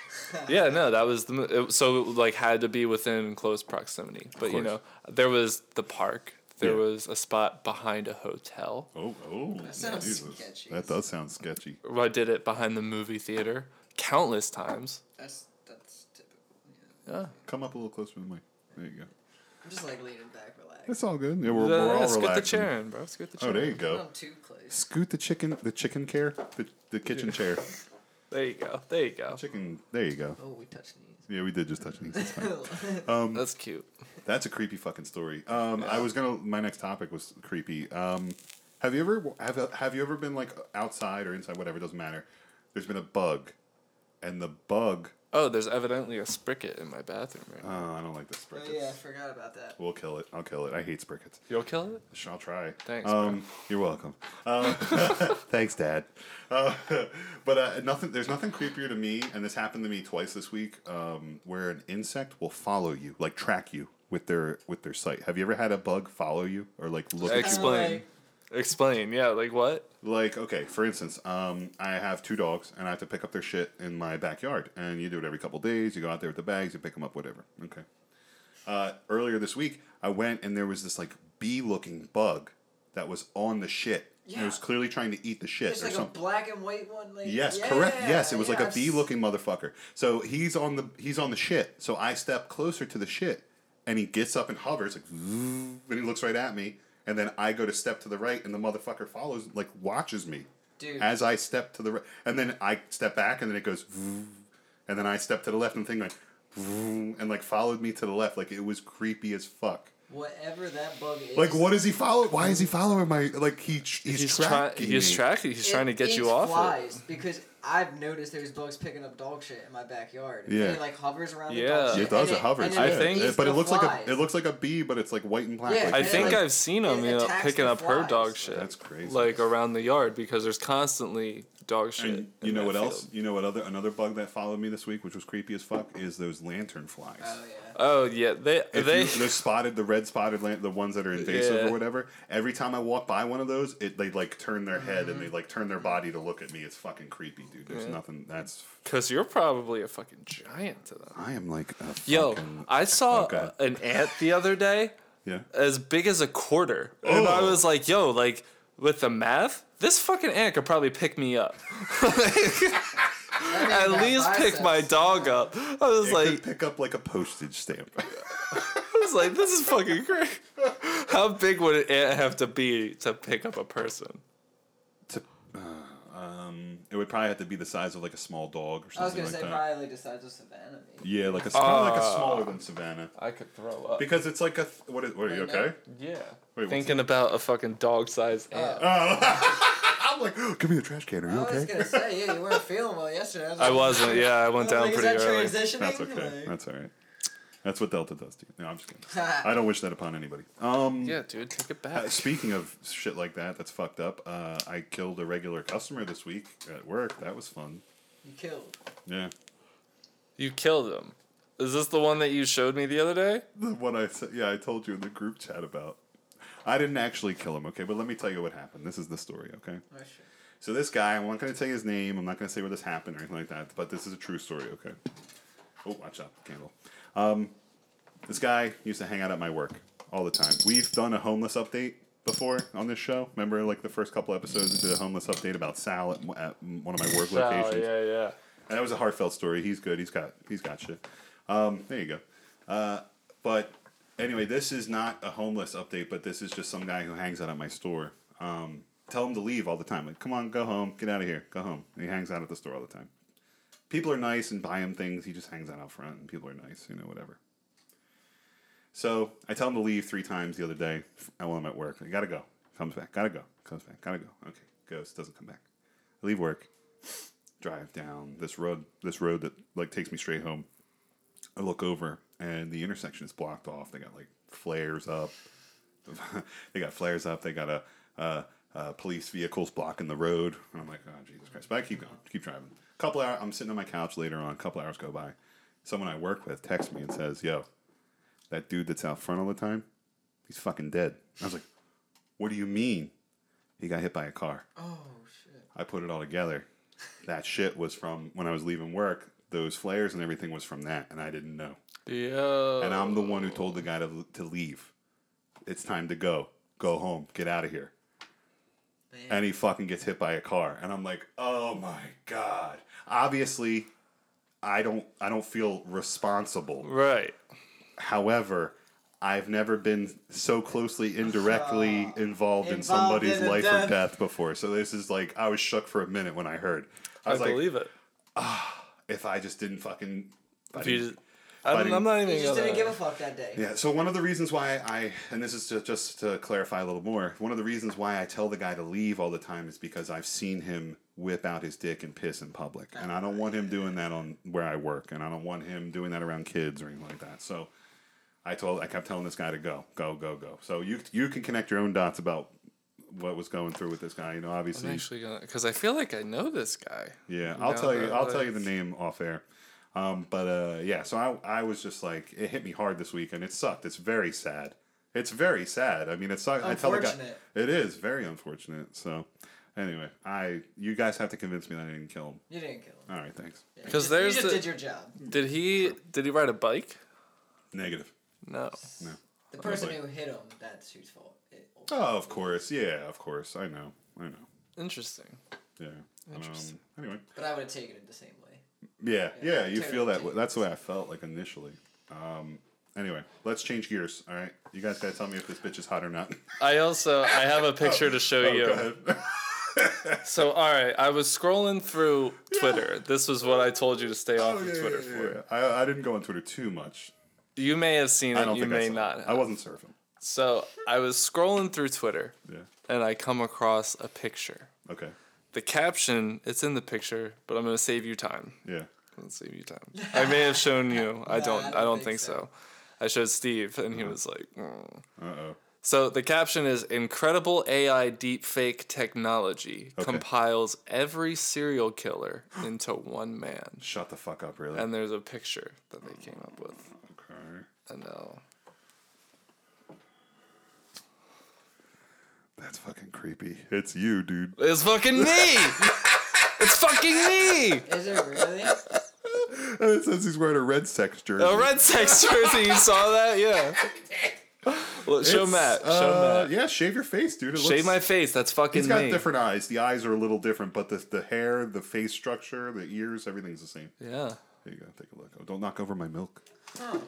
B: yeah, no, that was the mo- it, so it, like had to be within close proximity. But you
A: course.
B: know, there was the park. There
A: Yeah.
B: was a spot behind a hotel.
A: oh oh that
C: sounds sketchy.
A: that does sound sketchy
B: I did it behind the movie theater countless times.
C: That's that's typical. Yeah.
B: Yeah,
A: come up a little closer to the mic there you go
C: I'm just like leaning back, relaxed.
A: it's all good yeah we're,
B: Yeah,
A: we're all
B: scoot
A: relaxing.
B: the chair in, bro. Scoot the chair.
A: oh there
B: in.
A: you go
C: I'm too close.
A: Scoot the chicken, the chicken care, the, the kitchen chair.
B: There you go. There you go.
A: Chicken, there you go.
C: Oh, we touched knees.
A: Yeah, we did just touch knees. That's fine. Um,
B: That's cute.
A: That's a creepy fucking story. Um, I was gonna. My next topic was creepy. Um, have you ever have have you ever been like outside or inside, whatever doesn't matter. There's been a bug, and the bug.
B: Oh, there's evidently a spricket in my bathroom right now.
A: Oh, I don't like the
C: Oh
A: sprickets.
C: yeah, I forgot about that.
A: We'll kill it. I'll kill it. I hate sprickets.
B: You'll kill it.
A: Sure, I'll try.
B: Thanks, bro.
A: Um, you're welcome.
B: (laughs)
A: Um, (laughs) thanks, Dad. Uh, but uh, nothing. There's nothing creepier to me, and this happened to me twice this week, um, where an insect will follow you, like track you with their with their sight. Have you ever had a bug follow you or like look? At you?
B: Explain. Explain. Yeah, like what?
A: Like okay, for instance, um, I have two dogs, and I have to pick up their shit in my backyard, and you do it every couple days. You go out there with the bags, you pick them up, whatever. Okay. Uh, earlier this week, I went and there was this like bee-looking bug that was on the shit. And it was
C: Yeah.
A: clearly trying to eat the shit
C: It's
A: or
C: like a
A: something.
C: black and white one. Like,
A: Yes,
C: yeah,
A: correct. Yes, it was like
C: yeah,
A: a
C: I've
A: bee-looking motherfucker. So he's on the he's on the shit. So I step closer to the shit, and he gets up and hovers like, and he looks right at me. And then I go to step to the right, and the motherfucker follows, like watches me
C: Dude.
A: as I step to the right. And then I step back, and then it goes, and then I step to the left, and the thing like, and like followed me to the left, like it was creepy as fuck.
C: Whatever that bug is.
A: Like, what is he follow? Why is he following my? Like, he he's, he's
B: trying.
A: tracking.
B: He's
A: me.
B: tracking. He's
C: it
B: trying to get
C: eats
B: you off. it.
C: Flies because I've noticed there's bugs picking up dog shit in my backyard. And
A: Yeah.
C: It like hovers around.
B: Yeah.
C: The dog shit,
A: It does.
C: and
A: It hovers.
C: and
A: yeah.
B: I
C: it
B: think-
C: eats
A: but it
C: the
A: looks like
C: flies.
A: a, it looks like a bee, but it's like white and black.
C: Yeah,
A: like,
B: I
A: it's
B: think
A: like-
B: I've seen them
C: It
B: you know,
C: attacks
B: picking
C: the
B: up her
C: flies.
B: dog shit.
A: That's crazy.
B: Like around the yard because there's constantly dog shit.
A: And you
B: in
A: know
B: that
A: what else?
B: field.
A: You know what other another bug that followed me this week, which was creepy as fuck, is those lantern flies.
C: Oh yeah.
B: Oh yeah, they
A: If
B: they.
A: you, the spotted, the red spotted, lan- the ones that are invasive
B: Yeah.
A: or whatever. Every time I walk by one of those, it they like turn their head
B: Mm-hmm.
A: and they like turn their body to look at me. It's fucking creepy, dude. There's nothing. That's
B: Because you're probably a fucking giant to them.
A: I am like a
B: Yo,
A: fucking-
B: I saw
A: okay.
B: an ant the other day
A: yeah.
B: as big as a quarter, and I
A: Oh.
B: was like, yo, like with the math, this fucking ant could probably pick me up. (laughs) At least pick my dog up. I was
A: It
B: like,
A: could pick up like a postage stamp.
B: I was like, this is fucking crazy. How big would an ant have to be to pick up a person?
A: to, uh, Um, it would probably have to be the size of like a small dog or
C: I was
A: something
C: gonna
A: like
C: say
A: that.
C: probably like the size of Savannah. Maybe.
A: Yeah, like a probably like a smaller than Savannah
B: I could throw up.
A: because it's like a th- what? Is, what are you
C: Wait, no.
A: okay?
B: Yeah.
A: Wait,
B: Thinking about a fucking dog sized
C: Uh,
B: ant.
A: I'm like, give me a trash can. Are you
C: I was
A: okay?
C: gonna say yeah, you weren't feeling well yesterday.
B: I wasn't, yeah, I
C: I (laughs)
B: went
C: was
B: down
C: "Oh, like,
B: pretty
C: is that
B: early.
C: transitioning?
A: That's okay.
C: Like-
A: That's all right. That's what Delta does to you. No, I'm just
C: (laughs)
A: kidding. I don't wish that upon anybody. Um,
B: Yeah, dude, take it
A: uh,
B: back.
A: speaking of shit like that, that's fucked up. Uh, I killed a regular customer this week at work. That was fun.
C: you killed.
A: Yeah.
B: You killed him. Is this the one that you showed me the other day?
A: The one I said, yeah, I told you in the group chat about. I didn't actually kill him, okay, but let me tell you what happened. This is the story, okay?
C: Oh, shit.
A: So this guy, I'm not going to say his name. I'm not going to say where this happened or anything like that. But this is a true story. Okay. Oh, watch out, candle. Um, this guy used to hang out at my work all the time. We've done a homeless update before on this show. Remember, like the first couple episodes, we did a homeless update about Sal at, at one of my work locations.
B: yeah, yeah.
A: And that was a heartfelt story. He's good. He's got he's got shit. Um, there you go. Uh, but anyway, this is not a homeless update, but this is just some guy who hangs out at my store. Um, tell him to leave all the time. Like, come on, go home, get out of here, go home. And he hangs out at the store all the time. People are nice and buy him things. He just hangs out out front, and people are nice, you know, whatever. So I tell him to leave three times the other day while I'm at work. I gotta go. Comes back. Gotta go. Comes back. Gotta go. Okay. Goes. Doesn't come back. I leave work drive down this road this road that like takes me straight home i look over and the intersection is blocked off they got like flares up (laughs) they got flares up they got a uh, uh, police vehicles blocking the road and i'm like oh jesus christ but i keep going keep driving couple hours i'm sitting on my couch later on a couple hours go by someone i work with texts me and says yo that dude that's out front all the time he's fucking dead i was like what do you mean he got hit by a car
C: Oh shit.
A: I put it all together. That shit was from when I was leaving work. Those flares and everything was from that, and I didn't know.
B: Yo.
A: And I'm the one who told the guy to, to leave. It's time to go. Go home. Get out of here.
C: Man.
A: And he fucking gets hit by a car, and I'm like, oh my god. Obviously, I don't. I don't feel responsible.
B: Right.
A: However. I've never been so closely indirectly (laughs) involved in
C: Involved
A: somebody's
C: in a
A: life or
C: death.
A: death before. So this is like I was shook for a minute when I heard. I
B: I,
A: was like,
B: believe it.
A: if I just didn't fucking. I
B: If you
A: didn't-
B: just- I
A: fighting-
B: don't, I'm not even
C: You just
B: gonna.
C: didn't give a fuck that day.
A: yeah. So one of the reasons why I, and this is to, just to clarify a little more, one of the reasons why I tell the guy to leave all the time is because I've seen him whip out his dick and piss in public, and I don't want him doing that on where I work, and I don't want him doing that around kids or anything like that. So I told, I kept telling this guy to go, go, go, go. So you you can connect your own dots about what was going through with this guy. You know, obviously,
B: I'm actually gonna, because I feel like I know this guy.
A: Yeah, I'll
B: No,
A: tell you.
B: that-
A: I'll tell you the
B: that's-
A: name off air. Um, but uh, yeah, so I I was just like it hit me hard this week and it sucked. It's very sad. It's very sad. I mean, it's I tell the guy
C: Unfortunate.
A: it is very unfortunate. So anyway, I you guys have to convince me that I didn't kill him.
C: You didn't kill him.
A: All right, thanks.
C: Yeah,
B: 'Cause
C: you just-
B: there's
C: you just
B: the-
C: did your job.
B: Did he? Did he ride a bike?
A: Negative.
B: No. Oh
C: The person
A: like-
C: who hit him, that's whose fault. It,
A: Oh, of course. Yeah, of course. I know. I know.
B: Interesting.
A: Yeah.
B: Interesting.
A: Um, anyway.
C: but I would have taken it the same way.
A: Yeah, yeah, you
C: Terry
A: feel that.
C: Jenkins.
A: Way. That's the way I felt like initially. Um, anyway, let's change gears. All right, you guys gotta tell me if this bitch is hot or not. (laughs)
B: I also I have a picture to
A: Oh,
B: show you.
A: (laughs)
B: So all right, I was scrolling through Twitter. This was what I told you to stay
A: Oh,
B: off of Twitter for.
A: I, I didn't go on Twitter too much.
B: You may have seen
A: I
B: it.
A: don't
B: You
A: think I
B: may
A: saw
B: not.
A: it.
B: have.
A: I wasn't surfing.
B: So I was scrolling through Twitter,
A: Yeah.
B: and I come across a picture.
A: Okay.
B: The caption, it's in the picture, but I'm gonna save you time.
A: Yeah.
B: I'll save you time. I may have shown (laughs) you. I don't. I don't think so.
C: so.
B: I showed Steve, and he was like, "Mm."
A: Uh oh.
B: "So the caption is incredible AI deepfake technology compiles every serial killer into one man."
A: Shut the fuck up, really.
B: And there's a picture that they came up with.
A: okay.
B: I know.
A: That's fucking creepy. It's you, dude.
B: It's fucking (laughs) me. it's fucking me.
C: Is it really?
A: And (laughs) it says he's wearing a red sex jersey.
B: A red (laughs) sex jersey. You saw that? Yeah. Well, show
A: It's,
B: Matt. Show
A: uh,
B: Matt.
A: Yeah, shave your face, dude. It
B: Shave
A: looks-
B: my face. That's fucking
A: He's got
B: me.
A: different eyes. The eyes are a little different, but the the hair, the face structure, the ears, everything's the same.
B: yeah.
A: There you go. Take a look. Oh, don't knock over my milk.
C: Oh.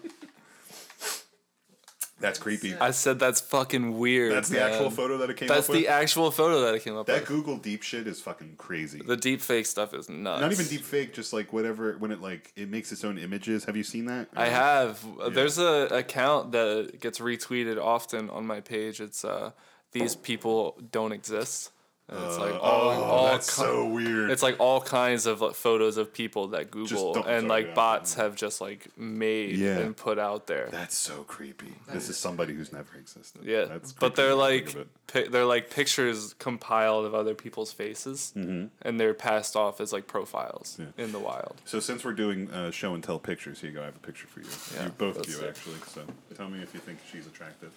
A: That's creepy.
B: I said that's fucking weird.
A: That's the actual
B: man.
A: photo that it came
B: That's
A: up with.
B: the actual photo that it came up
A: that
B: with.
A: Google deep shit is fucking crazy.
B: The deep fake stuff is nuts.
A: Not even deep fake, just like whatever when it like it makes its own images. Have you seen that?
B: I have. There's a account that gets retweeted often on my page. It's uh, these people don't exist. And it's like all,
A: oh,
B: all
A: that's
B: ki-
A: so weird.
B: It's like all kinds of like, photos of people that Google
A: don't
B: and
A: throw it
B: like
A: out.
B: bots have just like made
A: Yeah.
B: and put out there.
A: That's so creepy. this is somebody who's never existed.
B: Yeah,
A: That's
B: but
A: creepy
B: they're
A: when you think
B: like
A: of it.
B: pi- they're like pictures compiled of other people's faces,
A: Mm-hmm.
B: and they're passed off as like profiles in the wild.
A: So since we're doing uh, show and tell pictures, here you go. I have a picture for you.
B: Yeah,
A: you both of
B: that's
A: you
B: it.
A: actually. So tell me if you think she's attractive.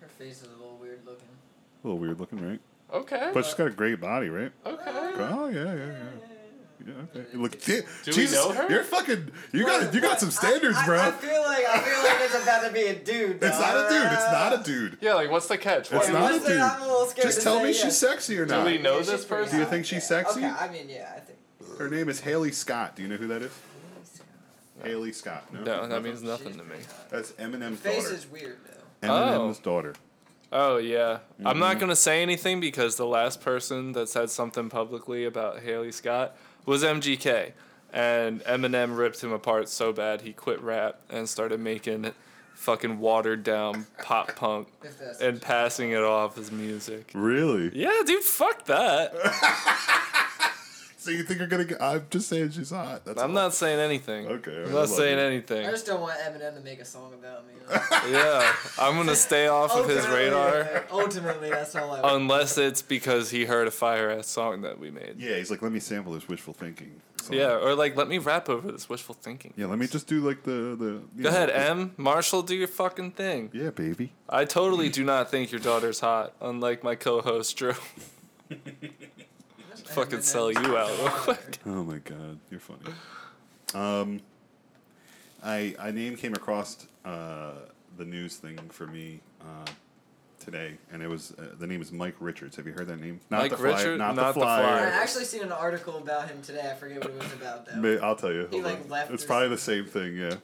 C: Her face is a little weird looking.
A: A little weird looking, right?
B: Okay.
A: But she's got a great body, right?
B: okay.
A: Oh yeah, yeah, yeah. Yeah, okay. Look, yeah,
B: we
A: Jesus,
B: know her?
A: you're fucking. You got you
C: But
A: got some standards,
C: I, I,
A: bro.
C: I feel like I feel like it's about to be a dude.
A: it's not a dude. It's not a dude.
B: Yeah, like what's the catch?
A: It's
B: Why-
A: not a
C: once they're-
A: dude.
C: I'm a little scared
A: Just
C: to
A: tell
C: say
A: me
C: yes.
A: she's sexy or not.
B: we know this person?
A: Do you think she's sexy?
C: Okay, I mean, yeah, I think.
A: Her name is Haley Scott. Do you know who that is? Haley Scott. No,
B: No, that
A: Nothing?
B: means nothing to me.
A: that's Eminem's
C: Face
A: daughter.
C: is weird though.
A: Eminem's daughter.
B: Oh yeah, I'm
A: Mm-hmm.
B: not gonna say anything because the last person that said something publicly about Haley Scott was MGK, and Eminem ripped him apart so bad he quit rap and started making fucking watered down pop punk
C: If that's
B: and passing it off as music.
A: Really?
B: Yeah, dude, fuck that.
A: So you think you're gonna? Get, I'm just saying she's hot. That's
B: I'm
A: all.
B: not saying anything.
A: Okay, I
B: I'm
A: love
B: not saying
A: it.
C: I
B: anything.
C: just don't want Eminem to make a song about me.
A: (laughs)
B: Yeah, I'm gonna stay off of his radar
C: Ultimately, that's all I want.
B: unless it's because he heard a fire ass song that we made.
A: Yeah, he's like, let me sample this wishful thinking. song."
B: Yeah, or like let me rap over this wishful thinking.
A: Yeah, let me just do like the the. you
B: Go
A: know,
B: ahead,
A: the-
B: M. Marshall, do your fucking thing.
A: Yeah, baby.
B: I totally do not think your daughter's hot, unlike my co-host Drew. (laughs) fucking sell you out real quick.
A: Oh my god, you're funny. Um, I I name came across uh, the news thing for me uh, today, and it was uh, the name is Mike Richards. Have you heard that name? Not
B: Mike
A: the fly,
B: Richard-
A: not,
B: not
A: the
B: the
A: flyer.
C: I
B: Flyer.
C: actually seen an article about him today. I forget what it was about though.
A: May- I'll tell you.
C: He,
A: Hold
C: like,
A: on.
C: left
A: it's
C: or
A: probably the same thing, yeah.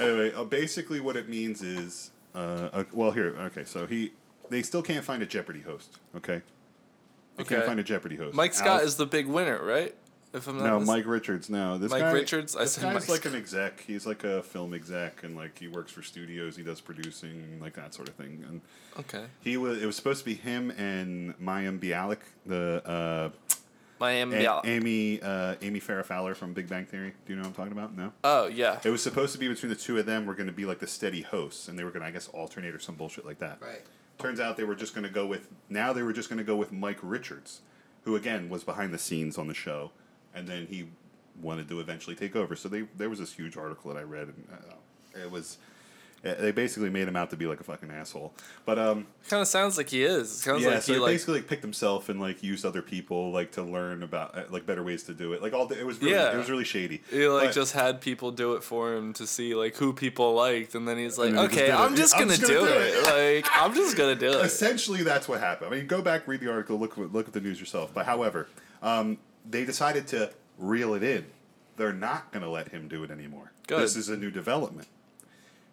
A: anyway, uh, basically what it means is, uh, uh, well, here, okay, so he, they still can't find a Jeopardy host, okay? They can't
B: Okay.
A: find a Jeopardy host.
B: Mike Scott
A: Al-
B: is the big winner, right? If I'm
A: (laughs)
B: not
A: no,
B: mis-
A: Mike Richards. No, this
B: Mike
A: guy-
B: Richards? I
A: This
B: said
A: guy's
B: Mike
A: like
B: Scott.
A: an exec. He's like a film exec, and like he works for studios. He does producing, like that sort of thing. And
B: Okay.
A: he was. It was supposed to be him and Mayim Bialik, the uh,
B: Miami.
A: A-
B: yeah.
A: Amy uh, Amy Farrah Fowler from Big Bang Theory. Do you know what I'm talking about? No.
B: oh yeah.
A: It was supposed to be between the two of them. We're going to be like the steady hosts, and they were going to, I guess, alternate or some bullshit like that.
C: Right.
A: Turns out they were just going to go with. Now they were just going to go with Mike Richards, who again was behind the scenes on the show, and then he wanted to eventually take over. So they there was this huge article that I read, and uh, it was. uh, They basically made him out to be like a fucking asshole, but um,
B: Kind of sounds like he is. It sounds
A: yeah.
B: like
A: so
B: he
A: he
B: like.
A: basically like, picked himself and like used other people like to learn about uh, like better ways to do it. Like all the, it was really,
B: Yeah.
A: it was really shady.
B: He like
A: But-
B: just had people do it for him to see like who people liked, and then he's like,
A: then he just
B: "Okay,
A: did it.
B: I'm just
A: I'm
B: gonna
A: just
B: do it. Like, I'm just
A: (laughs)
B: gonna do it."
A: essentially that's what happened. I mean, go back, read the article, look look at the news yourself. But however, um, they decided to reel it in. They're not going to let him do it anymore.
B: Good.
A: This is a new development.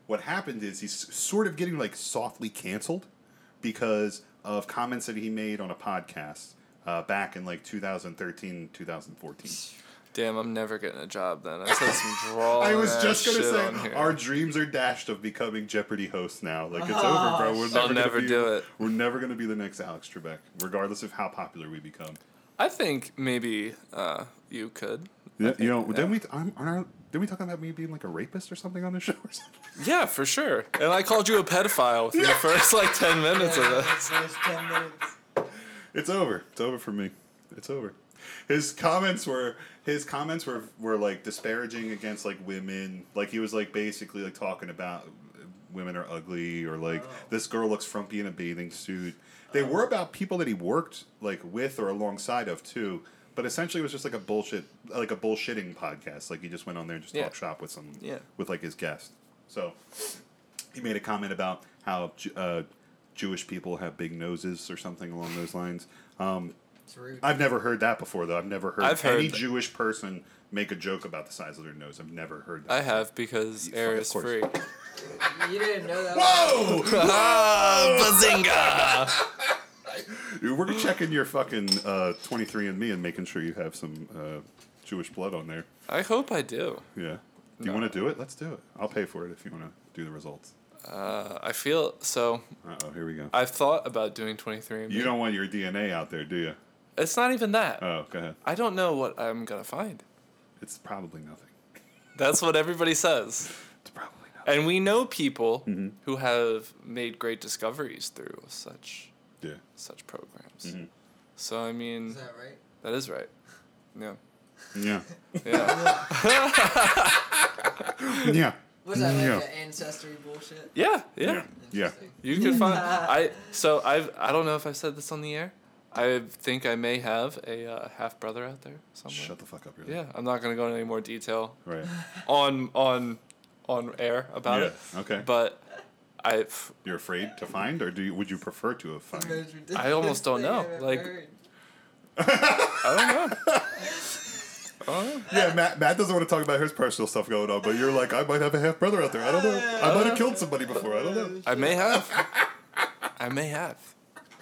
A: What happened is he's sort of getting like softly canceled because of comments that he made on a podcast uh, back in like 2013, 2014.
B: Damn, I'm never getting a job then. I said some draw.
A: I was just
B: gonna
A: gonna say our dreams are dashed of becoming Jeopardy hosts now. Like it's over, bro. We're never
B: Ah, I'll
A: gonna
B: never
A: be-
B: do it.
A: We're never gonna be the next Alex Trebek, regardless of how popular we become.
B: I think maybe uh, you could.
A: Yeah, you know, didn't we? I'm, aren't I, didn't we talk about me being like a rapist or something on the show? Or something?
B: Yeah, for sure. And I called you a pedophile
A: (laughs)
B: within the first like ten minutes
C: (laughs)
B: of this.
C: First 10 minutes.
A: It's over. It's over for me. It's over. His comments were his comments were were like disparaging against like women. Like he was like basically like talking about women are ugly or like this girl looks frumpy in a bathing suit. They were about people that he worked like with or alongside of too. But essentially, it was just like a bullshit, like a bullshitting podcast. Like he just went on there and just
B: Yeah.
A: talked shop with some,
B: Yeah.
A: with like his guest. So he made a comment about how Ju- uh, Jewish people have big noses or something along those lines. Um,
C: It's rude.
A: I've never heard that before, though. I've never heard
B: I've heard
A: any
B: that.
A: Jewish person make a joke about the size of their nose. I've never heard that.
B: I have because
A: Yeah,
B: air
A: of
B: is
A: course. (laughs)
B: free. (laughs)
C: you didn't know that.
A: Oh!
B: Ah,
A: Dude, We're checking your fucking uh, 23andMe and making sure you have some uh, Jewish blood on there.
B: I hope I do.
A: Yeah. Do you want to do it? Let's do it. I'll pay for it if you want to do the results.
B: Uh, I feel so.
A: Uh oh, here we go.
B: I've thought about doing 23andMe.
A: you don't want your DNA out there, do you?
B: It's not even that.
A: Oh, go ahead.
B: I don't know what I'm gonna find.
A: It's probably nothing.
B: That's what everybody says.
A: It's probably nothing.
B: And we know people
A: Mm-hmm.
B: who have made great discoveries through such
A: Yeah.
B: such programs.
A: Mm-hmm.
B: So I mean,
C: Is that right?
B: that is right.
C: (laughs)
B: Yeah.
A: Yeah.
B: Yeah.
A: (laughs) Yeah.
C: Was that like
A: Yeah.
C: the ancestry
A: (laughs)
C: bullshit?
B: yeah. Yeah.
A: Yeah. Yeah.
C: Interesting.
B: You can find I so I've I don't know if I've said this on the air. I think I may have a uh, half brother out there somewhere.
A: Shut the fuck up, really.
B: yeah, I'm not gonna go into any more detail
A: Right.
B: on on on air about
A: Yeah.
B: it.
A: Okay.
B: But I
A: You're afraid to find, or do you, would you prefer to have
C: It's
A: found?
C: the most ridiculous
B: almost don't
C: thing (laughs)
B: know,
C: I've ever
B: like-
C: heard.
B: I don't know. Oh,
A: Yeah, Matt, Matt doesn't want to talk about his personal stuff going on, but you're like, I might have a half brother out there. I don't know. I might have killed somebody before. I don't know.
B: I may
A: (laughs)
B: have. I may have.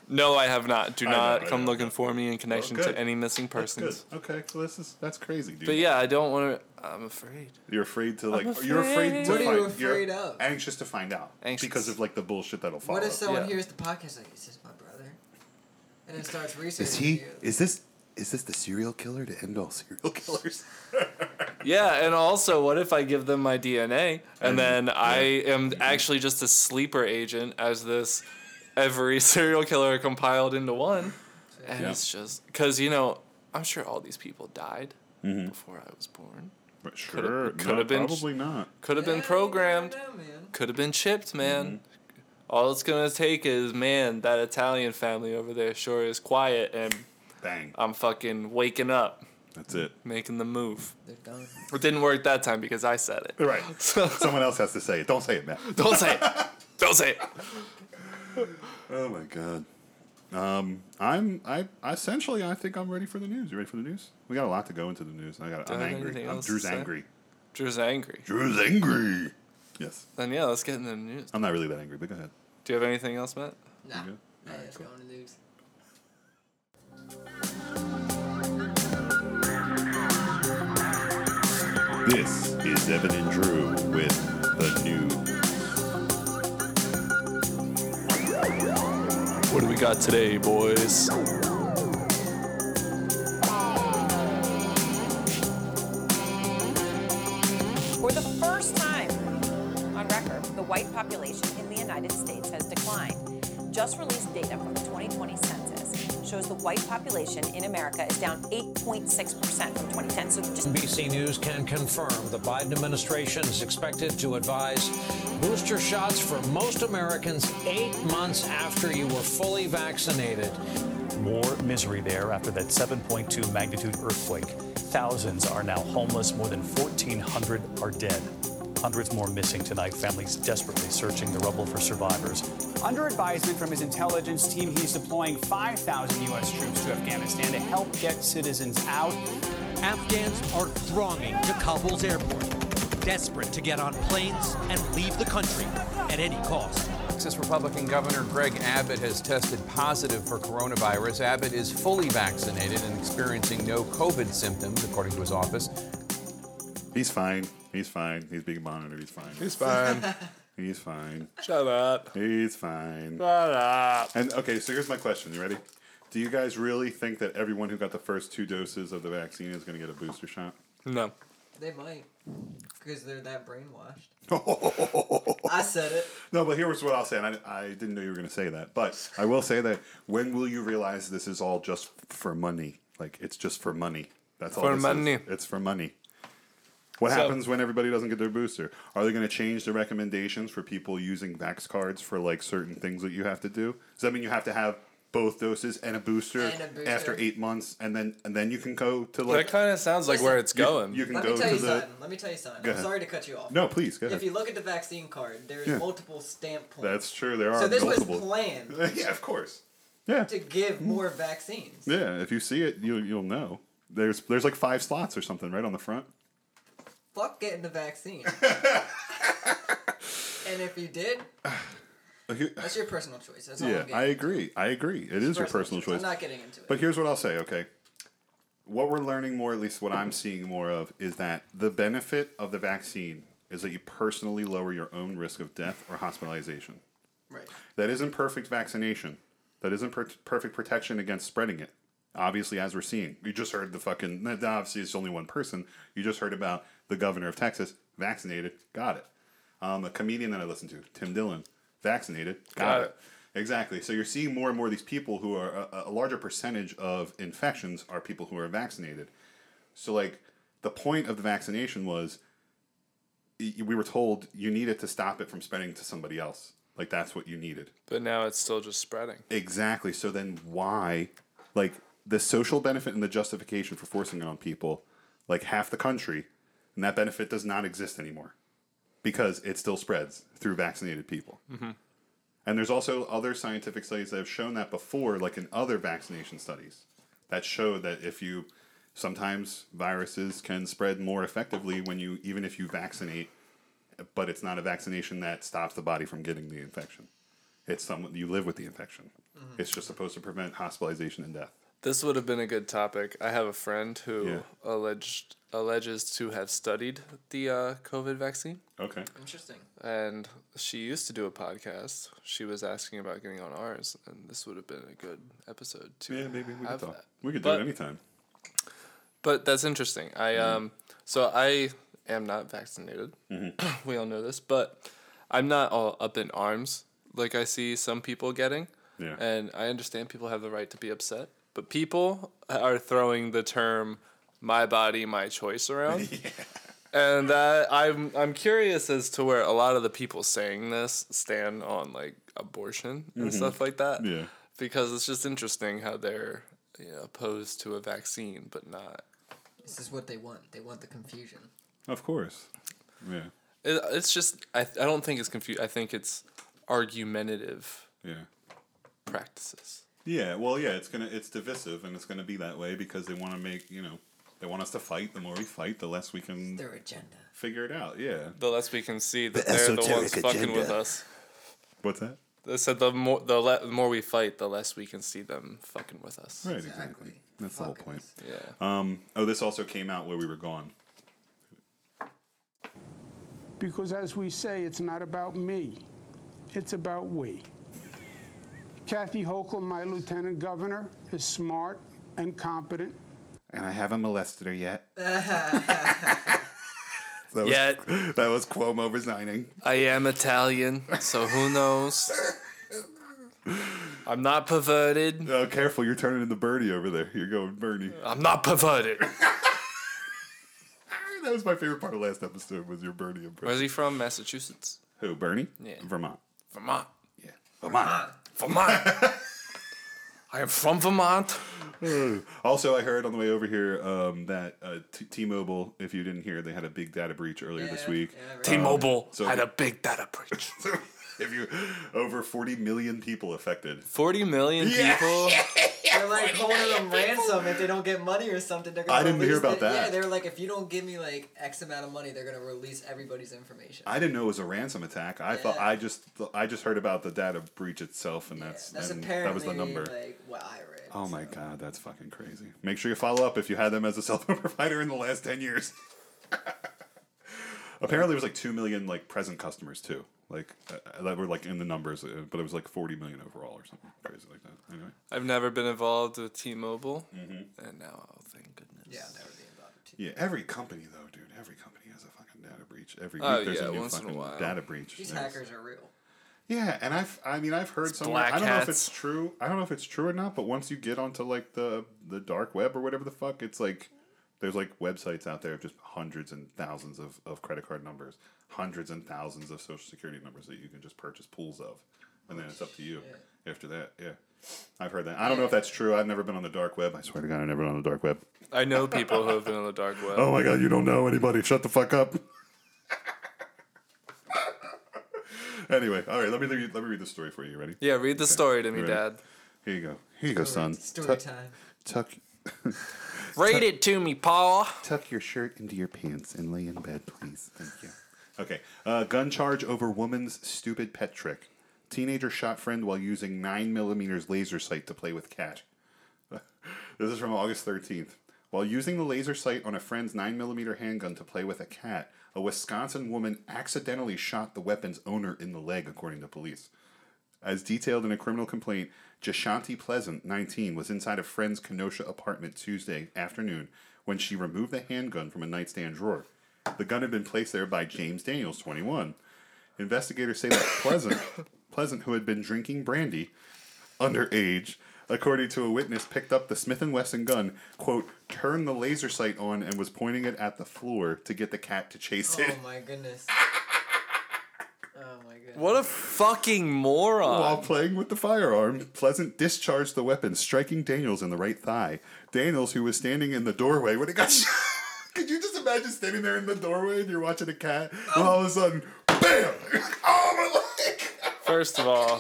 B: No, I have not. Do
A: know,
B: not
A: I
B: come
A: know.
B: looking for me in connection
A: Well, good.
B: to any missing
A: That's good.
B: persons.
A: Okay, so this is that's crazy, dude.
B: But yeah, I don't want to. I'm afraid.
A: you're afraid to like.
B: I'm
A: You're afraid
B: afraid.
A: to
B: What
C: are
A: find.
C: you
A: you're
C: afraid of?
A: Anxious to find out.
B: Anxious.
A: Because of like the bullshit that'll follow.
C: What
A: (laughs)
C: if someone
B: Yeah.
C: hears the podcast like, "Is this my brother?" And then starts researching. You.
A: Is this? Is this the serial killer to end all serial
F: (laughs)
A: killers?
B: Yeah, and also, what if I give them my DNA and then I am actually just a sleeper agent as this every (laughs) serial killer compiled into one? And
A: Yeah.
B: it's just because, you know, I'm sure all these people died
A: Mm-hmm.
B: before I was born.
A: Sure.
B: Coulda-
A: no,
B: coulda been-
A: Probably not.
B: Could have
C: Yeah,
B: been
C: you
B: programmed.
C: never know, man.
B: could have been chipped, man. All it's gonna take is, man, that Italian family over there sure is quiet, and
A: Bang.
B: I'm fucking waking up,
A: That's it.
B: making the move.
C: They're done.
B: It didn't work that time because I said (laughs) it.
A: Right.
B: So
A: Someone else has to say it. Don't say it, Matt.
B: don't say it. Don't say it.
A: Oh my god. Um, I'm I essentially I think I'm ready for the news. You ready for the news? We got a lot to go into the news. I got
B: Do I
A: I'm
B: have
A: angry.
B: anything
A: I'm
B: else to
A: Drew's
B: say?
A: angry.
B: Drew's angry.
A: Drew's angry. Yes,
B: Then yeah, let's get into the news.
A: I'm not really that angry, but go ahead.
B: Do you have anything else, Matt?
C: Nah.
A: You good?
C: Nah,
A: Alright,
C: it's
A: cool.
C: going to news.
A: This is Evan and Drew with the news.
B: What do we got today, boys?
G: For the first time on record, the white population in the United States has declined. Just released data from the 2020 census shows the white population in America is down 8.6% from 2010. So just
H: NBC News can confirm the Biden administration is expected to advise booster shots for most Americans eight months after you were fully vaccinated.
I: More misery there after that 7.2 magnitude earthquake. Thousands are now homeless. More than 1,400 are dead. Hundreds more missing tonight. Families desperately searching the rubble for survivors.
J: Under advisement from his intelligence team, he's deploying 5,000 U.S. troops to Afghanistan to help get citizens out.
H: Afghans are thronging to Kabul's airport, desperate to get on planes and leave the country at any cost.
K: Texas Republican Governor Greg Abbott has tested positive for coronavirus. Abbott is fully vaccinated and experiencing no COVID symptoms, according to his office.
A: He's fine. He's fine. He's being monitored. He's fine.
B: It's fine.
A: (laughs) He's fine.
B: Shut up.
A: He's fine.
B: Shut up.
A: And okay, so here's my question. You ready? Do you guys really think that everyone who got the first two doses of the vaccine is going to get a booster shot? (laughs)
B: No.
C: They might. Because they're that brainwashed.
A: Oh,
C: I said it.
A: No, but here's what I'll say, and I, I didn't know you were going to say that, but I will say that when will you realize this is all just for money? Like it's just for money. That's all
B: For
A: this is.
B: money.
A: It's for money. What
B: So-
A: happens when everybody doesn't get their booster? Are they going to change the recommendations for people using Vax cards for like certain things that you have to do? Does that mean you have to have both doses and a booster,
C: And a booster.
A: after eight months, and then and then you can go to like
B: That kind of sounds like where it's going.
A: you can
C: Let
A: go
C: me tell
A: to
C: you
A: the
C: something. Let me tell you something. I'm
A: ahead.
C: sorry to cut you off.
A: no, please go
C: If
A: ahead.
C: you look at the vaccine card, there's
A: Yeah.
C: multiple stamp points.
A: That's true. There are
C: So this was
A: multiple.
C: planned.
A: (laughs) yeah, of course. Yeah.
C: to give more vaccines.
A: Yeah, if you see it, you you'll know. There's there's like five slots or something right on the front.
C: Fuck getting
A: (laughs)
C: the vaccine. and if you did, that's your personal choice. That's all
A: yeah,
C: I'm getting.
A: I agree. I agree. It is your personal choice.
C: I'm not getting into it.
A: But here's what I'll say, okay? What we're learning more, at least what I'm seeing more of, is that the benefit of the vaccine is that you personally lower your own risk of death or hospitalization.
C: Right.
A: That isn't perfect vaccination. That isn't per- perfect protection against spreading it. Obviously, as we're seeing, you just heard the fucking. (laughs) no, Obviously, it's only one person. You just heard about the governor of Texas vaccinated, got it. Um, a comedian that I listened to, Tim Dillon, vaccinated, got,
B: Got
A: it. Exactly. So you're seeing more and more of these people who are a, a larger percentage of infections are people who are vaccinated. So like the point of the vaccination was y- we were told you need it to stop it from spreading to somebody else. Like that's what you needed.
B: But now it's still just spreading.
A: Exactly. So then why like the social benefit and the justification for forcing it on people like half the country and that benefit does not exist anymore because it still spreads through vaccinated people. And there's also other scientific studies that have shown that before, like in other vaccination studies, that show that if you sometimes viruses can spread more effectively when you even if you vaccinate, but it's not a vaccination that stops the body from getting the infection. It's someone you live with the infection. It's just supposed to prevent hospitalization and death.
B: This would have been a good topic. I have a friend who
A: Yeah.
B: alleged alleges to have studied the uh, COVID vaccine,
A: Okay.
C: Interesting.
B: and she used to do a podcast. She was asking about getting on ours, and this would have been a good episode to
A: Yeah, maybe we could
B: have
A: talk.
B: that.
A: We could do
B: But-
A: it anytime.
B: But that's interesting. I
A: Mm-hmm.
B: um so I am not vaccinated.
A: Mm-hmm.
B: (clears throat) we all know this, but I'm not all up in arms like I see some people getting.
A: Yeah.
B: And I understand people have the right to be upset, but people are throwing the term my body, my
A: (laughs)
B: choice around. And that I'm I'm curious as to where a lot of the people saying this stand on like abortion and stuff like that.
A: Mm-hmm. Yeah.
B: Because it's just interesting how they're you know, opposed to a vaccine but not
C: This is what they want. They want the confusion.
A: Of course. Yeah.
B: It, it's just I, I don't think it's confused. I think it's argumentative
A: Yeah.
B: practices.
A: Yeah, well, yeah, it's gonna it's divisive, and it's gonna be that way because they want to make you know they want us to fight. The more we fight, the less we can
C: Their agenda.
A: figure it out. Yeah,
B: The less we can see that they're the ones fucking with us.
A: what's that?
B: They said the more the, le- the more we fight, the less we can see them fucking with us.
A: Right, exactly. That's the whole point.
B: Yeah.
A: Um, oh, this also came out where we were gone.
L: Because as we say, it's not about me, it's about we. Kathy Hochul, my lieutenant governor, is smart and competent.
A: And I haven't molested her yet. that was,
B: Yet.
A: (laughs) (laughs) that was Cuomo resigning.
B: I am Italian, so who knows? I'm not perverted.
A: Oh, careful! You're turning into Birdie over there. You're going Bernie. Ah,
B: I'm not perverted.
A: that was my favorite part of last episode. Was your Bernie impression?
B: Where's he from? Massachusetts,
A: Who Bernie?
B: Yeah.
A: Vermont.
B: Vermont,
A: Yeah, Vermont. (laughs)
B: Vermont. I am from Vermont.
A: Also, I heard on the way over here um, that uh, T- T-Mobile, if you didn't hear, they had a big data breach earlier this week. (laughs)
E: T-Mobile
A: Um, so-
E: had a big data breach.
A: if you over 40 million people affected.
B: Forty million people.
C: They're like holding them ransom if they don't get money or something. They're gonna
A: I didn't hear about
C: release the- Yeah,
A: that.
C: they were like, if you don't give me like X amount of money, they're gonna release everybody's information.
A: I didn't know it was a ransom attack. I thought
C: Yeah.
A: I just I just heard about the data breach itself, and
C: Yeah,
A: that's,
C: that's
A: and
C: apparently
A: that was the number.
C: like what I read.
A: oh my god, that's fucking crazy. Make sure you follow up if you had them as a cell phone (laughs) provider in the last 10 years. (laughs) Apparently, it was like 2 million like present customers too. Like uh, that were like in the numbers, uh, but it was like 40 million overall or something crazy like that. Anyway.
B: I've never been involved with T-Mobile, and now, oh, thank goodness.
C: Yeah, that would be involved too.
A: Yeah, every company though, dude. Every company has a fucking data breach. Every week
B: Oh,
A: there's
B: yeah,
A: a new
B: once in a
A: fucking
B: while.
A: data breach.
C: These
A: There's-
C: hackers are real.
A: Yeah, and I've I mean I've heard somewhere
B: black
A: I don't know if
B: hats.
A: it's true. I don't know if it's true or not, but once you get onto like the the dark web or whatever the fuck, it's like there's like websites out there of just hundreds and thousands of, of credit card numbers, hundreds and thousands of social security numbers that you can just purchase pools of. And then it's up to you after that. Yeah. I've heard that. I don't know if that's true. I've never been on the dark web. I swear to God, I've never been on the dark web.
B: I know people who have been on the dark web.
A: Oh my god, you don't know anybody. Shut the fuck up. (laughs) anyway, all right, let me let me read the story for you. You Ready?
B: Yeah, read the story to me,
A: Ready?
B: Dad.
A: Here you go. Here you go, son. (laughs)
C: Story
A: Tuck-
C: time.
A: Tuck.
B: Read it to me, Paul.
A: Tuck your shirt into your pants and lay in bed, please. Thank you. Okay. Uh, gun charge over woman's stupid pet trick. Teenager shot friend while using 9mm laser sight to play with cat. (laughs) this is from August 13th. While using the laser sight on a friend's 9mm handgun to play with a cat, a Wisconsin woman accidentally shot the weapon's owner in the leg, according to police. As detailed in a criminal complaint, Jashanti Pleasant, 19, was inside a friend's Kenosha apartment Tuesday afternoon when she removed the handgun from a nightstand drawer. The gun had been placed there by James Daniels, 21. Investigators say that Pleasant, Pleasant, who had been drinking brandy underage, according to a witness, picked up the Smith & Wesson gun, quote, turned the laser sight on and was pointing it at the floor to get the cat to chase it.
C: Oh my goodness. Oh my goodness.
B: What a fucking moron.
A: While playing with the firearm, Pleasant discharged the weapon, striking Daniels in the right thigh. Daniels, who was standing in the doorway when it got (laughs) shot. Could you just imagine standing there in the doorway and you're watching a cat, and all of a sudden, BAM! (laughs) Oh,
B: First of all,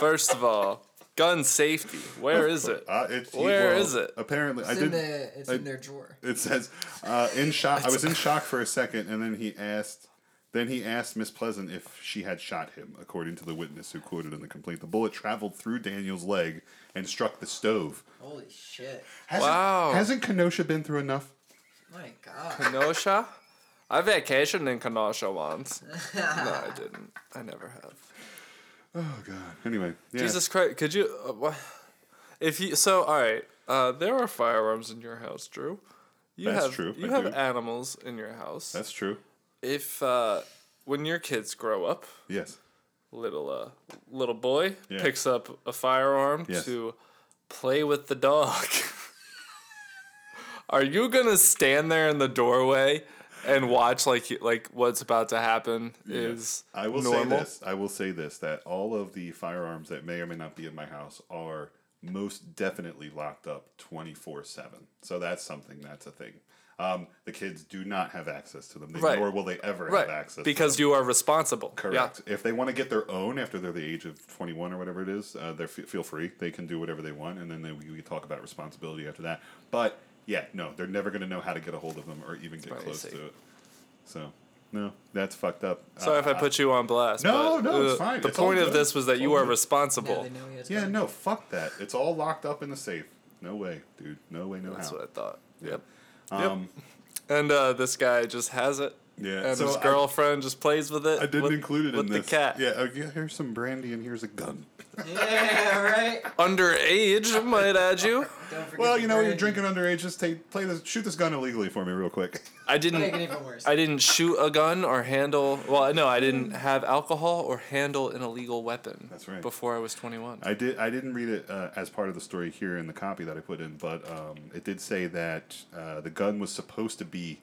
B: first of all, gun safety. Where is it?
A: Uh, it
B: Where
A: well,
B: is it?
A: Apparently, I
C: It's
A: did.
C: in the- it's in their drawer.
A: It says, uh, "In shock." I was in shock for a second, and then he asked. Then he asked Miss Pleasant if she had shot him, according to the witness who quoted in the complaint. The bullet traveled through Daniel's leg and struck the stove.
C: Holy shit.
A: Hasn't,
B: Wow.
A: Hasn't Kenosha been through enough?
C: My god.
B: Kenosha? I vacationed in Kenosha once. No, I didn't. I never have.
A: Oh God. Anyway, yeah.
B: Jesus Christ, could you? Uh, wha- if you so, all right. Uh, there are firearms in your house, Drew. You
A: That's
B: have,
A: true,
B: You
A: I
B: have
A: do.
B: animals in your house.
A: That's true.
B: if uh, when your kids grow up,
A: Yes.
B: little uh, little boy
A: Yeah.
B: picks up a firearm
A: Yes.
B: to play with the dog. (laughs) Are you gonna stand there in the doorway and watch like you- like what's about to happen is
A: I will say
B: normal?
A: this. I will say this that all of the firearms that may or may not be in my house are most definitely locked up 24 7. So that's something. That's a thing. Um, the kids do not have access to them, they,
B: Right.
A: nor will they ever have
B: right
A: access.
B: because
A: to them.
B: you are responsible.
A: correct. If they want to get their own after they're the age of 21 or whatever it is, uh, they feel free. They can do whatever they want, and then they, we, we talk about responsibility after that. But yeah, no, they're never going to know how to get a hold of them or even get
B: what I
A: close
B: see.
A: to it. So no, that's fucked up.
B: Yeah. Sorry if I
A: Uh,
B: put you on blast.
A: No,
B: but,
A: no, it's
B: uh,
A: fine.
B: The
A: It's all
B: point of
A: good.
B: this was that you are responsible.
A: uh, Yeah, no, fuck that. It's all locked up in the safe. No way, dude. No way, no
B: That's
A: how.
B: what I thought. Yep.
A: Um,
B: And uh, this guy just has it.
A: Yeah,
B: And
A: so
B: his
A: I-
B: girlfriend just plays with it.
A: I didn't
B: with,
A: include it
B: with
A: in
B: the
A: this.
B: cat.
A: Yeah, oh, yeah, here's some brandy and here's a
B: (laughs)
A: gun.
C: Yeah, right?
B: Underage, might add you.
C: Don't forget
A: Well,
C: the
A: you know, when you're
C: brandy.
A: drinking underage. Just take, play this, shoot this gun illegally for me, real quick.
B: I
C: Make it
B: didn't.
C: even worse.
B: I didn't shoot a gun or handle. Well, no, I didn't have alcohol or handle an illegal weapon.
A: That's right.
B: Before I was 21.
A: I did. I didn't read it uh, as part of the story here in the copy that I put in, but um, it did say that uh, the gun was supposed to be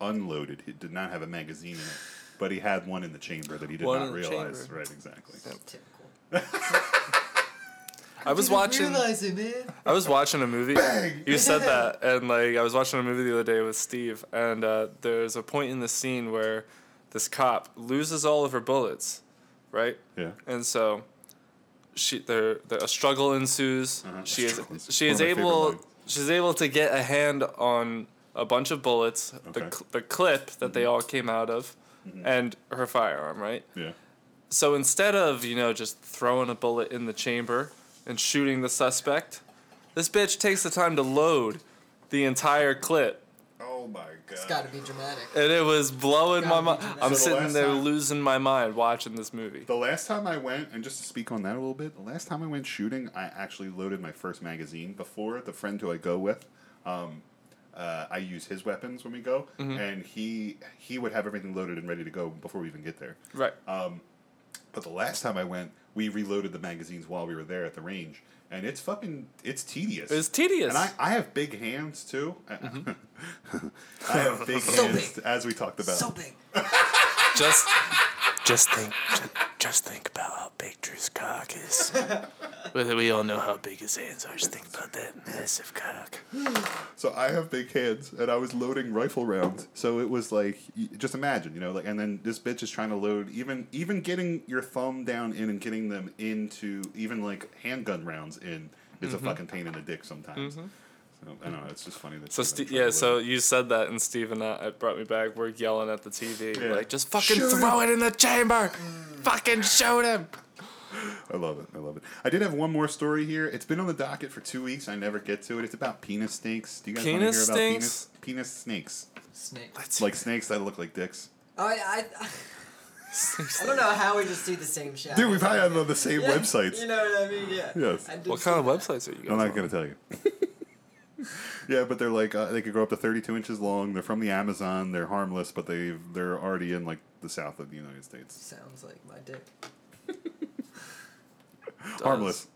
A: unloaded. It did not have a magazine in it, but he had one in the chamber that he did
B: One
A: not
B: in the
A: realize.
B: chamber.
A: Right, exactly.
C: Typical.
B: I was
C: Didn't
B: watching.
C: Realize it, man.
B: I was watching a movie.
A: (laughs)
B: You said that, and like I was watching a movie the other day with Steve, and uh, there's a point in the scene where this cop loses all of her bullets, right?
A: Yeah.
B: And so she there, there a struggle ensues. She is
A: Uh-huh. Struggle ensues.
B: she
A: One
B: is
A: of my favorite
B: able
A: lines.
B: she's able to get a hand on a bunch of bullets,
A: Okay. Mm-hmm.
B: the cl- the clip that they all came out of, and her firearm, right?
A: Yeah.
B: So instead of, you know, just throwing a bullet in the chamber and shooting the suspect, this bitch takes the time to load the entire clip.
A: Oh my god.
C: It's gotta be dramatic.
B: And it was blowing my mind.
A: So
B: I'm
A: the
B: sitting
A: last
B: there
A: time-
B: losing my mind watching this movie.
A: The last time I went, and just to speak on that a little bit, the last time I went shooting, I actually loaded my first magazine. Before the friend who I go with, um, uh, I use his weapons when we go,
B: Mm-hmm.
A: and he he would have everything loaded and ready to go before we even get there.
B: Right.
A: But the last time I went, we reloaded the magazines while we were there at the range, and it's fucking it's tedious.
B: It's tedious.
A: And I, I have big hands too. (laughs)
B: Mm-hmm.
A: I have big
C: (laughs) So
A: hands,
C: big.
A: as we talked about.
C: So big.
B: (laughs) just just think just, just think about
E: big Drew's cock
B: (laughs)
E: is. Whether we all know how big his hands are, just think about that massive cock.
A: So I have big hands, and I was loading rifle rounds. So it was like, y- just imagine, you know, like, and then this bitch is trying to load even, even getting your thumb down in and getting them into even like handgun rounds in is
B: Mhm.
A: a fucking pain in the dick sometimes.
B: Mhm.
A: So I don't know. It's just funny that.
B: So
A: she's
B: Ste
A: like trying
B: yeah,
A: to
B: so you said that, and Steve and I it brought me back. We're yelling at the TV,
A: Yeah.
B: like just fucking
A: Shoot
B: throw
A: him.
B: it in the chamber, fucking shoot him.
A: I love it. I love it. I did have one more story here. It's been on the docket for two weeks. I never get to it. It's about penis snakes. Do you guys want to hear
B: Penis
A: about
B: stinks?
A: penis penis snakes?
C: Snake.
A: Like snakes that look like dicks.
C: Oh, I,
A: (laughs)
C: I, I don't know how we just see the same shot.
A: Dude, we've had it on the same
C: (laughs) Yeah,
A: websites.
C: You know what I mean? Yeah.
A: Yes.
C: I did
A: What
C: see
A: kind of
C: that.
B: Websites are you guys?
A: I'm not gonna tell you. (laughs) yeah, but they're like uh, they could grow up to 32 inches long. They're from the Amazon. They're harmless, but they they're already in like the south of the United States.
C: Sounds like my dick.
A: Harmless.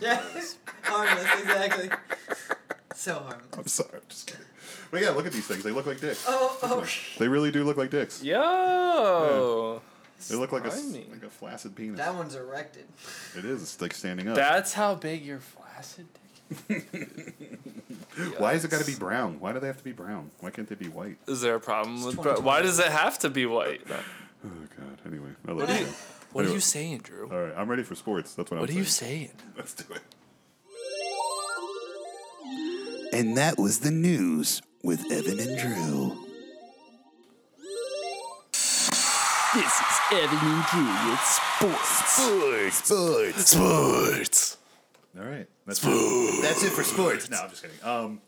C: Yes. (laughs) harmless, exactly. So harmless.
A: (laughs) I'm sorry. I'm just kidding. But yeah, look at these things. They look like dicks.
C: Oh,
A: Look at
C: oh.
A: them. They really do look like dicks.
B: Yo.
A: They look like a s-
B: Slimy.
A: like a flaccid penis.
C: That one's erected.
A: It is. It's like standing up.
B: That's how big your flaccid dick.
A: Why is it got to be brown? Why do they have to be brown? Why can't they be white?
B: Is there a problem with? Bro- Why does it have to be white?
A: Oh God. Anyway, I
B: What
A: love
B: are
A: you.
B: you- what are you saying, Drew?
A: All right, I'm ready for sports. That's what,
B: What
A: I'm.
B: are you
A: (laughs) Let's do it.
F: And that was the news with Evan and Drew.
E: This is Evan and Drew with sports. Sports.
F: Sports.
E: Sports.
A: All right. That's sports. That's it for sports. (laughs) No, I'm just kidding. Um,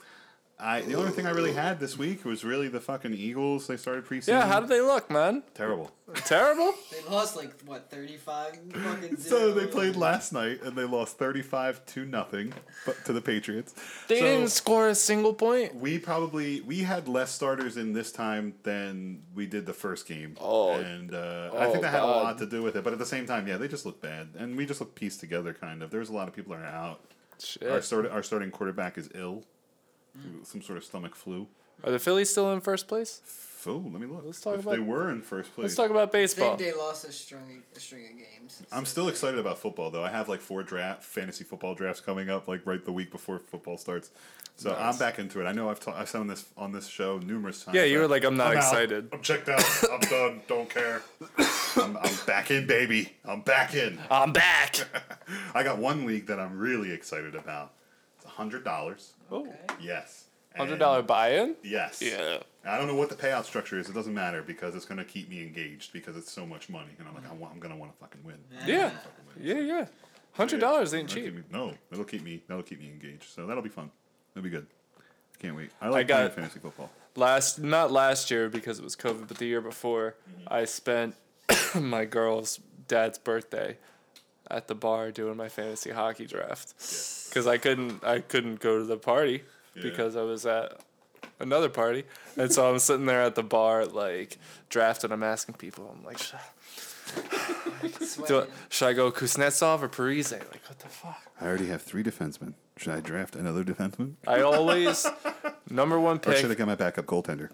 A: I the only thing I really had this week was really the fucking Eagles. They started preseason.
B: Yeah, how did they look, man?
A: (laughs) Terrible.
B: Terrible.
C: They lost like what thirty-five fucking zero.
A: So they played last night and they lost 35 to nothing but to the Patriots.
B: (laughs) They
A: So
B: didn't score a single point.
A: We probably we had less starters in this time than we did the first game. Oh, and uh, I
B: Oh,
A: think that had a
B: God.
A: lot to do with it. But at the same time, yeah, they just looked bad, and we just looked pieced together. Kind of. There's a lot of people that are out.
B: Shit.
A: Our start, our starting quarterback is ill, some sort of stomach flu.
B: Are the Phillies still in first place?
A: Oh, let me look. Let's
B: talk
A: if
B: about-
A: they were in first place.
B: Let's talk about baseball.
C: I think they lost a string, a string of games.
A: I'm still excited about football though. I have like four draft fantasy football drafts coming up like right the week before football starts. So
B: Nice.
A: I'm back into it. I know I've ta- I've said on this on this show numerous times.
B: Yeah, you
A: that
B: were like, "I'm not
A: out.
B: excited."
A: I'm checked out. I'm done. Don't care. I'm, I'm back in, baby. I'm back in.
B: I'm back.
A: I got one league that I'm really excited about. It's hundred dollars.
B: Okay.
A: Yes.
B: (laughs) Oh. Hundred dollar buy-in.
A: Yes. Yeah. I don't know what the payout structure is. It doesn't matter because it's going to keep me engaged because it's so much money, and I'm like, I want, I'm going to want to fucking win.
B: (laughs) Yeah, yeah, yeah. Hundred dollars ain't
A: That'll keep
B: cheap.
A: me- no, that'll keep me. That'll keep me engaged. So that'll be fun. That'll be good. I can't wait. I like
B: got-
A: playing fantasy football.
B: Last, not last year because it was COVID, but the year before, I spent (coughs) my girl's dad's birthday at the bar doing my fantasy hockey draft because I couldn't, I couldn't go to the party because I was at another party, and so I'm sitting there at the bar like drafting. I'm asking people, I'm like, should, do, should I go Kuznetsov or Parise? Like, what the fuck?
A: I already have three defensemen. Should I draft another defenseman?
B: I always number one
A: Or
B: pick.
A: should I get my backup goaltender?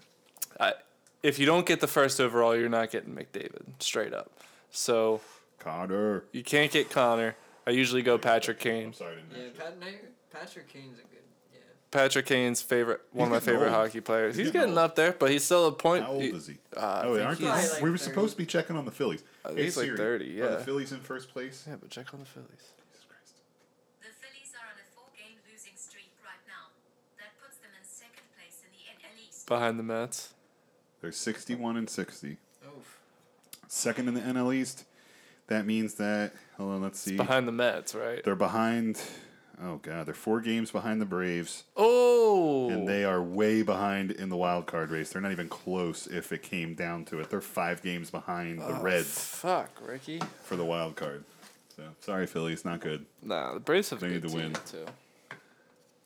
B: I, if you don't get the first overall, you're not getting McDavid straight up. So
A: Connor,
B: you can't get Connor. I usually go Patrick Kane.
C: Yeah, Pat, Nair- Patrick Kane's a good.
B: Patrick Kane's favorite,
A: He's
B: one of my
A: getting
B: favorite
A: old.
B: hockey players.
A: He's
B: He's,
A: getting
B: getting, up there, but he's still a point.
A: How old
B: he-
A: is he? oh,
B: Uh, I
A: wait,
B: think
A: aren't they?
B: he's-
A: we were supposed to be checking on the Phillies.
B: I think
A: Hey,
B: he's like
A: Siri,
B: 30,
A: Are
B: yeah.
A: the Phillies in first place?
B: Yeah, but check on the Phillies.
M: The Phillies are on a four-game losing streak right now. That puts them in second place in the NL East.
B: Behind the Mets.
A: They're 61 and 60.
C: Oof.
A: Second in the NL East. That means that, hold on, let's see.
B: behind the Mets, right?
A: They're behind, oh God, they're four games behind the Braves.
B: Oh.
A: And they are way behind in the wild card race. They're not even close if it came down to it. They're five games behind the
B: Oh,
A: Reds
B: Fuck, Ricky.
A: for the wild card. So sorry, Phillies, not good.
B: Nah, the Braves have
A: They need to win.
B: too.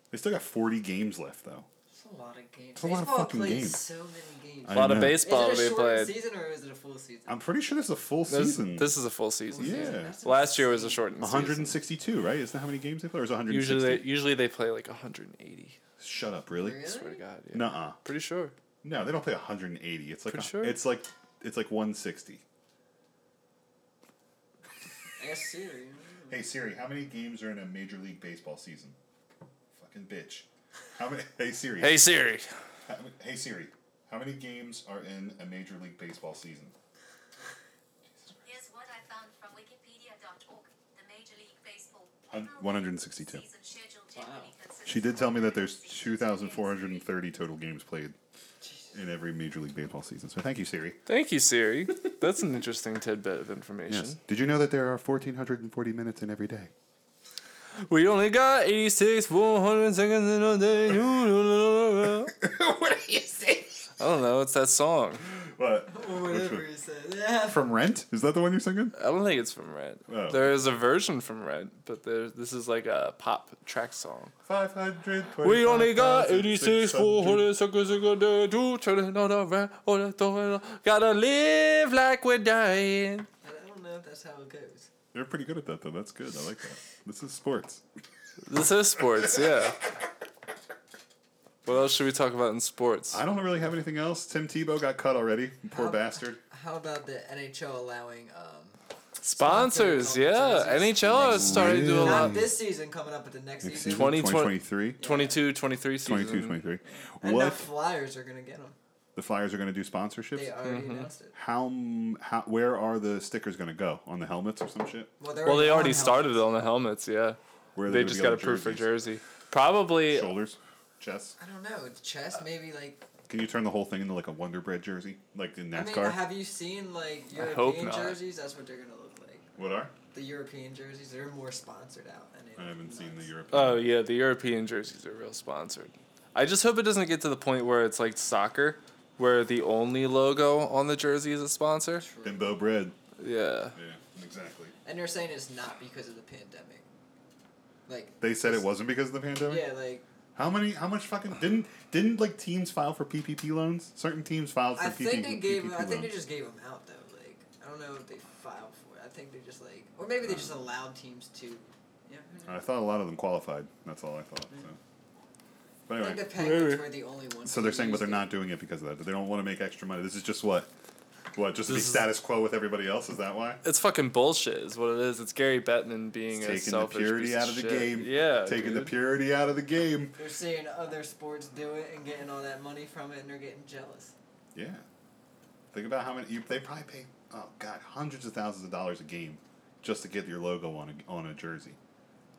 A: They still got 40 games left, though.
C: It's a lot of games.
A: It's a lot of
C: Baseball
A: fucking
C: plays
A: games.
C: So many games.
A: I Lot of know.
B: baseball
C: Is it
B: they
C: a shortened
B: played.
C: Season or is it a full season?
A: I'm pretty sure this is a full
B: This,
A: season.
B: this is a full season.
A: Yeah. That's
B: Last year was a shortened season.
A: 162, right? Isn't that how many games they play? Or is it 160?
B: Usually, they, usually they play like 180.
A: Shut up, really?
B: Swear to God. Yeah.
A: Nuh-uh.
B: Pretty sure.
A: No, they don't play 180. It's like
B: Pretty
A: a-
B: sure.
A: it's like it's like 160.
C: Ask
M: (laughs)
C: Siri.
A: Hey Siri, how many games are in a Major League Baseball season? Fucking bitch. How many? (laughs) Hey Siri.
E: Hey, Siri.
A: How ma- hey Siri. How many games are in a Major League Baseball season?
M: Here's what I found from Wikipedia.org. The Major League Baseball
A: Hun- 162.
M: season schedule generally consists
A: She did tell me that there's 2,430 total games played in every Major League Baseball season. So thank you, Siri.
B: Thank you, Siri. That's an interesting tidbit of information.
A: Yes. Did you know that there are 1,440 minutes in every day?
B: We only got 86, 100 seconds in a day. (laughs)
M: what are you saying?
B: I don't know. It's that song.
A: What?
B: Oh
C: Whatever you say. Yeah.
A: From Rent? Is that the one you're singing?
B: I don't think it's from Rent.
A: Oh.
B: There is a version from Rent, but there, this is like a pop track song.
A: 520.
B: We only got 86, 400 seconds in a day. Do turn it on around. or the door it on. Gotta live like we're dying.
C: (laughs) I don't know if that's how it goes.
A: They're pretty good at that, though. That's good. I like that. This is sports.
B: This is sports, yeah. What else should we talk about in sports?
A: I don't really have anything else. Tim Tebow got cut already. Poor bastard.
C: How about the NHL allowing um
B: Sponsors, yeah. NHL is starting to do a
C: not
B: lot.
C: this season coming up, but the next
A: Next
C: season?
A: season,
B: 20,
A: 2023.
B: 22, 23 season.
A: 22, 23.
C: And the
A: What?
C: Flyers are gonna get them.
A: The Flyers are going to do sponsorships?
C: They already
B: Mm-hmm.
C: announced it.
A: How, m- how, where are the stickers going to go? On the helmets or some shit?
C: Well,
B: Well, they already
C: on
B: started it on the helmets, yeah.
A: Where are
B: they
A: gonna
B: just
A: be on
B: got
A: the
B: approved for
A: jerseys?
B: jersey. Probably.
A: Shoulders? Chest?
C: I don't know. Chess, maybe like.
A: Can you turn the whole thing into like a Wonder Bread jersey? Like in
C: I mean,
A: NASCAR?
C: have you seen like
B: I hope
C: European
B: not.
C: jerseys? That's what they're gonna look like.
A: what are?
C: The European jerseys, they're more sponsored out. Than
A: I haven't seen the European.
B: Oh yeah, the European jerseys are real sponsored. I just hope it doesn't get to the point where it's like soccer, where the only logo on the jersey is a sponsor.
A: Bimbo bread.
B: Yeah.
A: Yeah, exactly.
C: and they're saying it's not because of the pandemic. Like.
A: They said it wasn't because of the pandemic.
C: Yeah, like
A: How many? How much fucking didn't didn't like teams file for PPP loans? Certain teams filed for
C: I
A: PPP,
C: think they gave.
A: PPP
C: I think they
A: loans.
C: just gave them out though. Like I don't know if they filed for it. I think they just like, or maybe they
A: Uh.
C: just allowed teams to. Yeah. who knows?
A: I thought a lot of them qualified. That's all I thought. So. But
C: I think Mm. the
A: anyway,
C: Penguins were the only ones.
A: so they're
C: who
A: saying, but
C: used
A: they're
C: it.
A: not doing it because of that. They don't want to make extra money. This is just what, what just to be
B: This is-
A: status quo with everybody else. Is that why?
B: It's fucking bullshit, is what it is. It's Gary Bettman being a
A: Taking the
B: selfish piece
A: purity out of the
B: shit.
A: game.
B: Yeah.
A: Taking the
B: dude.
A: purity out of the game.
C: They're seeing other sports do it and getting all that money from it, and they're getting jealous.
A: Yeah. Think about how many you, they probably pay. Oh God, hundreds of thousands of dollars a game just to get your logo on a on a jersey.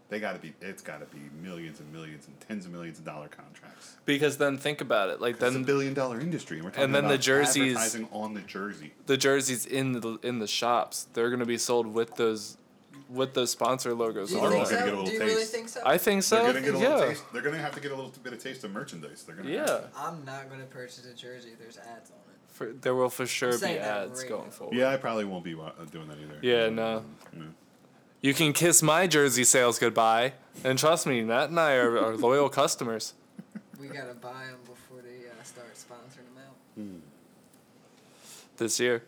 A: They got to be. It's got to be millions and millions and tens of millions of dollar contracts.
B: Because then think about it, like
A: That's a
B: then
A: billion dollar industry, and we're talking
B: then the
A: about
B: jerseys-
A: advertising on the jersey.
B: the jerseys in the in the shops, they're gonna be sold with those with those sponsor logos.
A: So
B: on
A: they're all
B: them.
A: gonna get a little
C: Do you
A: taste.
C: really think so?
B: I think so.
A: they're gonna get a little
B: yeah.
A: taste. They're gonna have to get a little bit of taste of merchandise. They're gonna. have
B: Yeah.
A: to.
C: I'm not gonna purchase a jersey. There's ads on it.
B: For, there will for sure be
C: saying that
B: ads
C: right
B: going
C: now.
B: forward.
A: Yeah, I probably won't be wa- uh, doing that either.
B: Yeah, no.
A: No.
B: (laughs) You can kiss my jersey sales goodbye. And trust me, Matt and I are,
C: (laughs)
B: are loyal customers.
C: We gotta buy them before they uh, start sponsoring them out.
B: this year.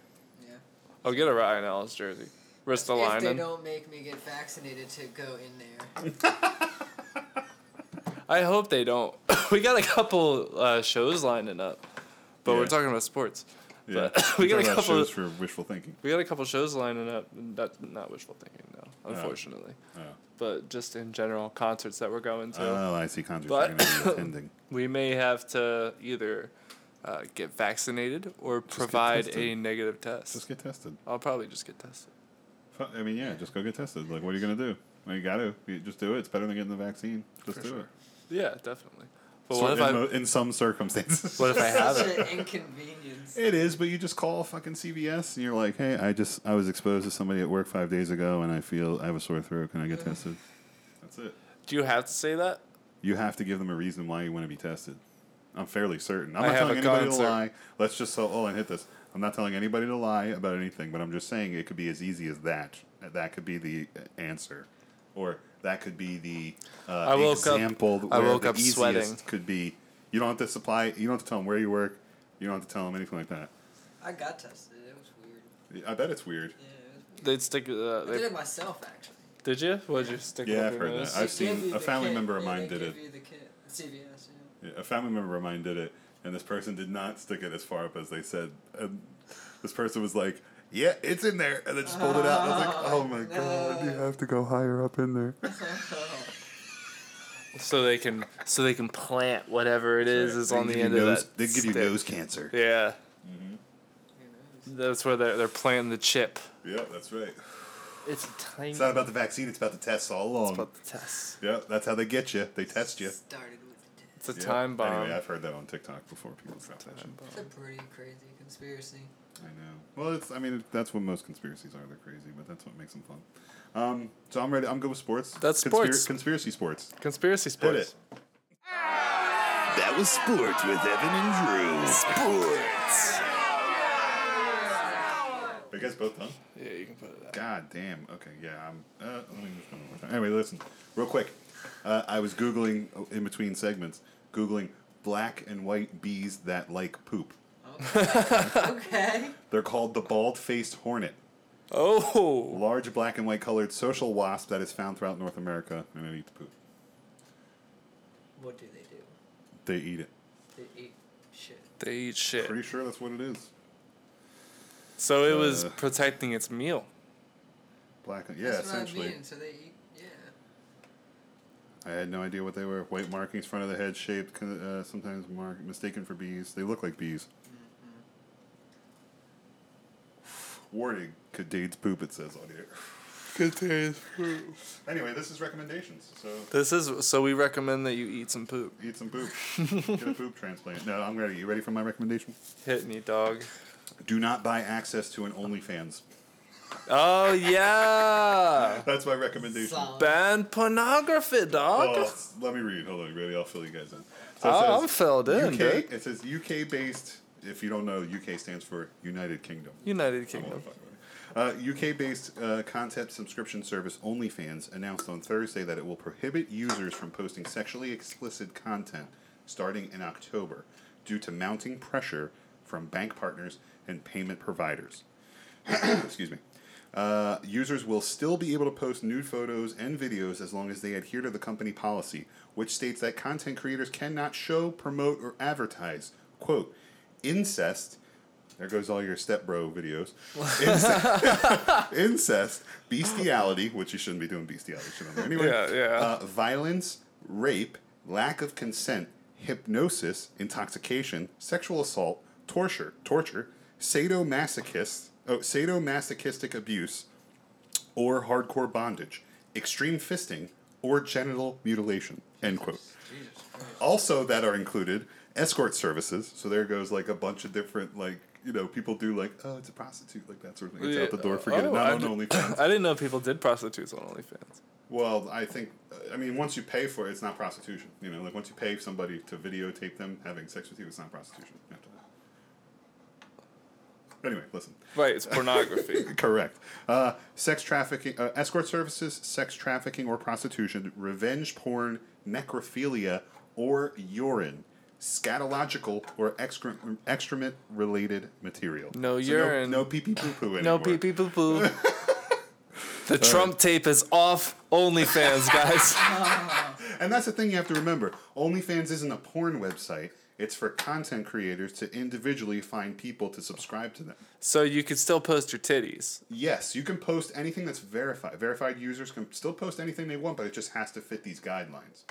C: Yeah.
B: I'll get a Ryan Ellis jersey. Wrist
C: If they
B: alignment.
C: don't make me get vaccinated to go in (laughs) there,
B: I hope they don't. (laughs) we got a couple uh, shows lining up, but we're
A: Yeah.
B: talking about sports.
A: Yeah.
B: But (laughs) we got a
A: Talk about
B: couple.
A: shows for wishful thinking.
B: We got a couple shows lining up. Not, not wishful thinking, no, unfortunately.
A: Oh.
B: But just in general, concerts that we're going to.
A: Oh, I see. Concerts are
B: But-
A: gonna be attending.
B: we may have to either uh, get vaccinated or provide a
A: tested.
B: negative test.
A: Just get tested.
B: I'll probably just get tested.
A: Fu- I mean, yeah, just go get tested. Like, what are you gonna do? Well, you gotta you just do it. It's better than getting the vaccine. Just do it.
B: Yeah, definitely. But
A: So
B: what if
A: in,
B: I
A: mo- in some circumstances, (laughs)
B: what if I have
C: such
B: it? (laughs)
C: an inconvenience.
A: it is. But you just call fucking CVS and you're like, hey, I just I was exposed to somebody at work five days ago, and I feel I have a sore throat. Can I get tested? That's it.
B: Do you have to say that?
A: You have to give them a reason why you want to be tested. I'm fairly certain. I'm
B: I
A: not
B: have
A: telling
B: a
A: anybody
B: concert.
A: to lie. Let's just so. Oh, and hit this. I'm not telling anybody to lie about anything, but I'm just saying it could be as easy as that. That could be the uh, answer, or that could be the uh,
B: I woke up-
A: example.
B: I
A: where
B: woke
A: the
B: up sweating.
A: easiest Could be. You don't have to supply. You don't have to tell them where you work. You don't have to tell them anything like that.
C: I got tested. It was weird.
A: I bet it's weird.
C: Yeah, it was weird.
B: They'd stick. Uh,
C: I did
B: they,
C: it myself actually.
B: did you? What did you stick? it
A: Yeah,
B: up
A: I've
B: your
A: heard that.
B: nose?
A: I've
C: They give
A: seen-
C: you
A: a
C: the
A: family
C: kit.
A: member of
C: Yeah,
A: mine
C: they
A: did
C: give
A: it.
C: you the kit. CVS. Yeah.
A: A family member of mine did it, and this person did not stick it as far up as they said. And this person was like, yeah, it's in there. And I just pulled it out. And I was like, oh my God, you have to go higher up in there.
B: so they can so they can plant whatever it is is
A: They
B: on
A: give
B: the
A: you
B: end
A: nose-
B: of that.
A: they give you
B: stick.
A: nose cancer.
B: Yeah. Mm-hmm. That's where they're they're planting the chip.
A: Yeah, that's right.
B: It's a tiny.
A: It's not about the vaccine. It's about the tests all along. It's about
B: the tests.
A: Yeah, that's how they get you. They test you.
B: It's a time bomb.
A: Anyway, I've heard that on TikTok before. People stop that. shit.
C: It's a pretty crazy (laughs) conspiracy.
A: I know. Well, it's. I mean, that's what most conspiracies are. They're crazy, but that's what makes them fun. Um, so I'm ready. I'm good with sports.
B: That's
A: Conspira-
B: sports.
A: Conspiracy sports.
B: Conspiracy
A: sports.
F: That was sports with Evan and Drew. Sports.
A: Are you guys both done?
B: Yeah, you can put it out.
A: God damn. Okay, yeah. I'm, uh, let me just one more time. Anyway, listen, real quick. Uh, I was Googling, oh, in between segments, Googling black and white bees that like poop.
C: Okay.
A: They're called the bald faced hornet.
B: Oh!
A: Large black and white colored social wasp that is found throughout North America and it eats poop.
C: What do they do?
A: They eat it.
C: They eat shit.
B: They eat shit.
A: Pretty sure that's what it is.
B: So it was
A: Uh,
B: protecting its meal.
A: Black and, yeah, essentially.
C: What I mean. So they eat. Yeah.
A: I had no idea what they were. White markings, front of the head shaped, con- uh, sometimes mark- mistaken for bees. They look like bees. Warning contains poop, it says on here.
B: Contains
A: poop. Anyway, this is recommendations. So
B: This is so we recommend that you eat some poop.
A: eat some poop. Get a poop transplant. No, I'm ready. You ready for my recommendation?
B: Hit me, dog.
A: Do not buy access to an OnlyFans.
B: Oh yeah. (laughs)
A: That's my recommendation.
B: Ban pornography, dog.
A: Oh, let me read. Hold on, you ready? I'll fill you guys in.
B: Oh,
A: it
B: I'm filled in,
A: UK,
B: dude.
A: It says UK based. If you don't know, UK stands for United Kingdom.
B: United Kingdom.
A: Uh, UK-based uh, content subscription service OnlyFans announced on Thursday that it will prohibit users from posting sexually explicit content starting in October due to mounting pressure from bank partners and payment providers. (clears throat) Excuse me. Uh, users will still be able to post nude photos and videos as long as they adhere to the company policy, which states that content creators cannot show, promote, or advertise quote incest. There goes all your stepbro
B: (laughs)
A: videos. Incest, (laughs) incest, bestiality, which you shouldn't be doing bestiality shit on there anyway.
B: Yeah, yeah.
A: Uh, violence, rape, lack of consent, hypnosis, intoxication, sexual assault, torture, torture, sadomasochist, oh, sadomasochistic abuse, or hardcore bondage, extreme fisting, or genital mutilation. End quote. Also, that are included escort services. So there goes like a bunch of different like you know people do like oh it's a prostitute like that sort of thing. It's out the door. Forget
B: Oh,
A: it. Not
B: I
A: on
B: di-
A: OnlyFans.
B: (laughs) I didn't know people did prostitutes on OnlyFans.
A: Well, I think, I mean, once you pay for it, it's not prostitution. You know, like once you pay somebody to videotape them having sex with you, it's not prostitution. After that. Anyway, listen.
B: Right, it's (laughs) pornography.
A: Correct. Uh, sex trafficking, uh, escort services, sex trafficking or prostitution, revenge porn, necrophilia, or urine, scatological or excrement, excrement related material.
B: No
A: So
B: urine.
A: No, pee pee poo poo anymore.
B: No pee pee poo (laughs) poo. The Trump tape is off OnlyFans, (laughs) guys.
A: And that's the thing you have to remember. OnlyFans isn't a porn website. It's for content creators to individually find people to subscribe to them.
B: so you could still post your titties.
A: Yes, you can post anything that's verified. Verified users can still post anything they want, but it just has to fit these guidelines.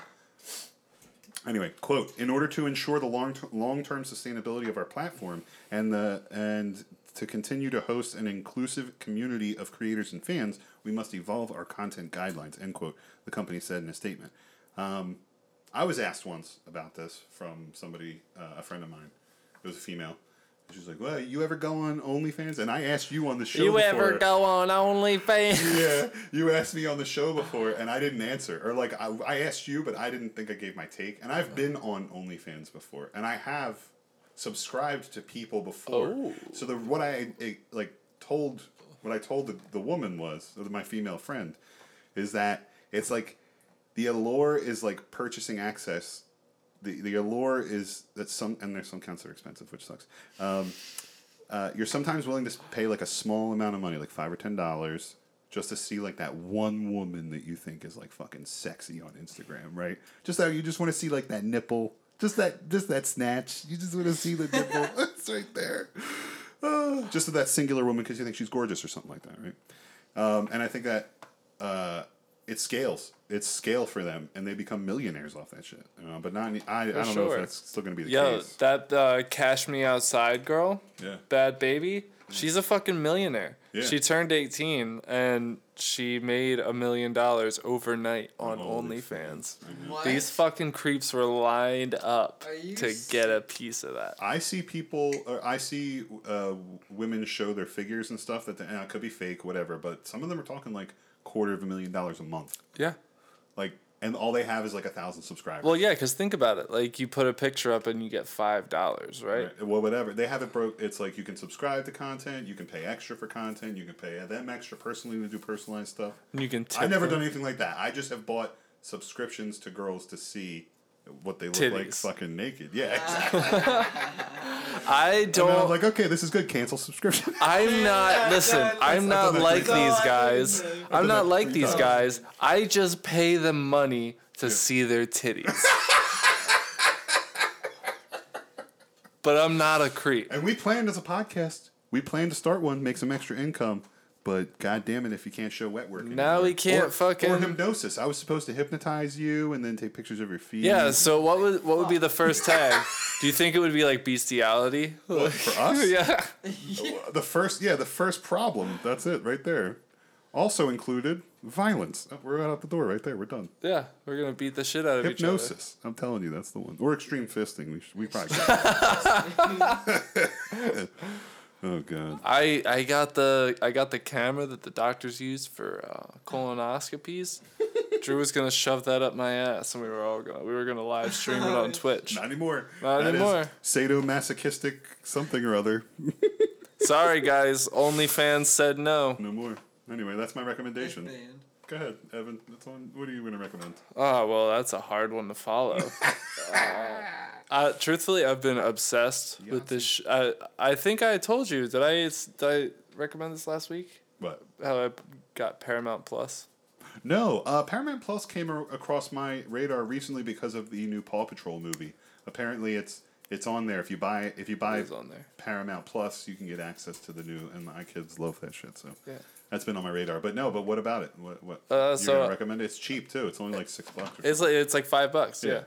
A: Anyway, quote: In order to ensure the long long term sustainability of our platform and the and to continue to host an inclusive community of creators and fans, we must evolve our content guidelines. End quote. The company said in a statement. Um, I was asked once about this from somebody, uh, a friend of mine. It was a female. She's like, "Well, you ever go on OnlyFans?" And I asked you on the show.
B: You ever
A: before-
B: go on OnlyFans?
A: yeah, you asked me on the show before, and I didn't answer. Or like I, I asked you, but I didn't think I gave my take. And I've been on OnlyFans before, and I have subscribed to people before.
B: Oh.
A: So the what I, I, like told what I told the, the woman was or my female friend is that it's like the allure is like purchasing access. The, the allure is that some and there's some counts that are expensive, which sucks. Um, uh, you're sometimes willing to s- pay like a small amount of money, like five or ten dollars, just to see like that one woman that you think is like fucking sexy on Instagram, right? Just that you just want to see like that (laughs)
B: (laughs)
A: nipple, just that just that snatch. You just want to see the nipple. it's right there. (sighs) just to that singular woman because you think she's gorgeous or something like that, right? Um, and I think that uh, it scales. It's scale for them, and they become millionaires off that shit. You know, but not. any- I, I
B: For
A: don't know
B: sure.
A: if that's still going to be the
B: Yo,
A: case.
B: that uh, Cash Me Outside girl,
A: Yeah.
B: Bad Baby, she's a fucking millionaire.
A: Yeah.
B: She turned 18 and she made a million dollars overnight on OnlyFans.
A: What?
B: These fucking creeps were lined up
A: Are you
B: to
A: s-
B: get a piece of that.
A: I see people, or I see uh, women show their figures and stuff that they, and it could be fake, whatever. But some of them are talking like quarter of a million dollars a month.
B: Yeah.
A: Like, and all they have is like a thousand subscribers.
B: Well, yeah, because think about it. Like, you put a picture up and you get $5, right?
A: Right. Eh, Well, whatever. They have it broke. It's like you can subscribe to content, you can pay extra for content, you can pay them extra personally to do personalized
B: (laughs)
A: stuff.
B: And you can
A: I've
B: tip
A: never
B: them.
A: done anything like that. I just have bought subscriptions to girls to see what they look like
B: Titties.
A: fucking naked. (laughs) Yeah, exactly.
B: I
A: And then I'm
B: don't.
A: like, okay, this is good. Cancel subscription.
B: I'm not. Listen, I'm not like these guys. I'm not like these guys. I just pay them money to see
A: (laughs)
B: their titties. But I'm not a creep.
A: And we planned as a podcast. We planned to start one, make some extra income. But god damn it, if you can't show wet work,
B: Now we
A: anymore.
B: can't
A: Or-
B: fucking-
A: or hypnosis. I was supposed to hypnotize you and then take pictures of your feet.
B: Yeah. So what would what would be the
A: (laughs)
B: first tag? Do you think it would be like bestiality? (laughs)
A: What, for us?
B: yeah.
A: the first, yeah, the first problem. That's it, right there. Also included violence. Oh, We're out the door, right there. We're done.
B: Yeah. We're gonna beat the shit out of each other.
A: Hypnosis. I'm telling you, that's the one. Or extreme fisting. We, should, we probably.
B: (laughs)
A: (laughs) oh god.
B: I I got the I got the camera that the doctors use for uh, (laughs) colonoscopies. Drew was gonna shove that up my ass, and we were all gonna we were gonna live stream it (laughs) on Twitch.
A: Not anymore.
B: Not
A: That is
B: anymore.
A: sadomasochistic something or other.
B: Sorry guys, OnlyFans said no.
A: No more. Anyway, that's my recommendation. Go ahead, Evan. That's on. What are you going to recommend?
B: Oh well, that's a hard one to (laughs) follow. uh, uh, truthfully, I've been obsessed with this. Sh- I I think I told you did I did I recommend this last week?
A: What?
B: How I got Paramount Plus.
A: No, uh, Paramount Plus came a- across my radar recently because of the new Paw Patrol movie. Apparently, it's it's on there. If you buy if you buy
B: It is on there.
A: Paramount Plus, you can get access to the new. And my kids love that shit. So
B: Yeah.
A: that's been on my radar. But no, but what about it? What what
B: Uh,
A: you're
B: so-
A: going to recommend? it? It's cheap too. It's only like six bucks. Or
B: It's like it's like five bucks. Yeah,
A: Yeah.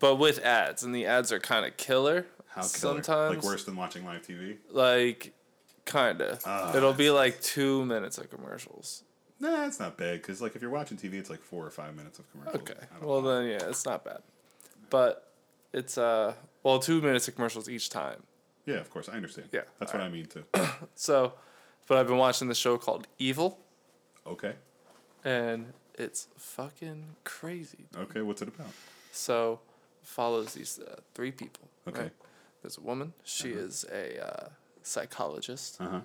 B: but with ads, and the ads are kind of killer.
A: How killer.
B: Sometimes
A: like worse than watching live TV.
B: like kinda.
A: Ah.
B: It'll be like two minutes of commercials.
A: Nah, it's not bad because like if you're watching TV, it's like four or five minutes of commercials.
B: Okay. Well then, yeah, it's not bad, but it's uh well two minutes of commercials each time.
A: Yeah, of course, I understand.
B: Yeah,
A: that's what I mean
B: (coughs)
A: too.
B: So, but I've been watching the show called Evil,
A: okay.
B: and it's fucking crazy.
A: Okay, what's it about?
B: So, follows these uh, three people.
A: Okay. Uh-huh.
B: There's a woman. She is a uh, psychologist.
A: Uh huh.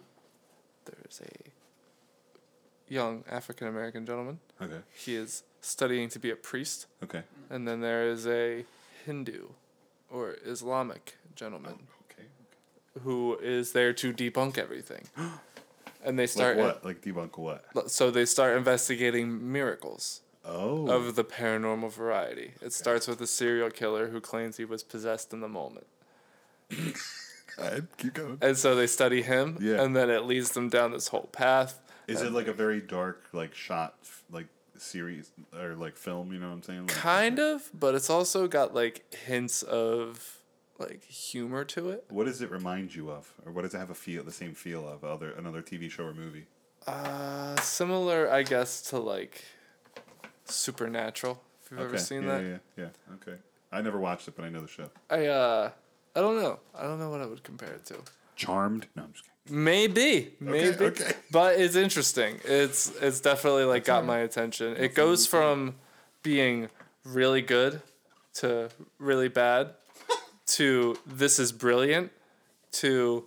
B: There's a young African American gentleman.
A: Okay.
B: He is studying to be a priest.
A: Okay.
B: And then there is a Hindu or Islamic gentleman.
A: okay.
B: Who is there to debunk everything.
A: (gasps)
B: and they start
A: like what? Like debunk what?
B: so they start investigating miracles
A: Oh.
B: of the paranormal variety. It starts with a serial killer who claims he was possessed in the moment.
A: keep going.
B: And so they study him
A: Yeah.
B: and then it leads them down this whole path.
A: Is it
B: And
A: like a very dark, like shot, f- like series or like film? You know what I'm saying? Like,
B: kind of, but it's also got like hints of like humor to it.
A: What does it remind you of, or what does it have a feel, the same feel of other another TV show or movie?
B: Uh, similar, I guess, to like Supernatural. If you've ever
A: Okay,
B: seen
A: yeah,
B: that,
A: Yeah, yeah, yeah. Okay. I never watched it, but I know the show.
B: I uh, I don't know. I don't know what I would compare it to.
A: Charmed. No, I'm just kidding.
B: Maybe, maybe,
A: okay.
B: but it's interesting. It's it's definitely like got my attention. It goes from being really good to
A: (laughs)
B: really bad to this is brilliant
A: Oh
B: to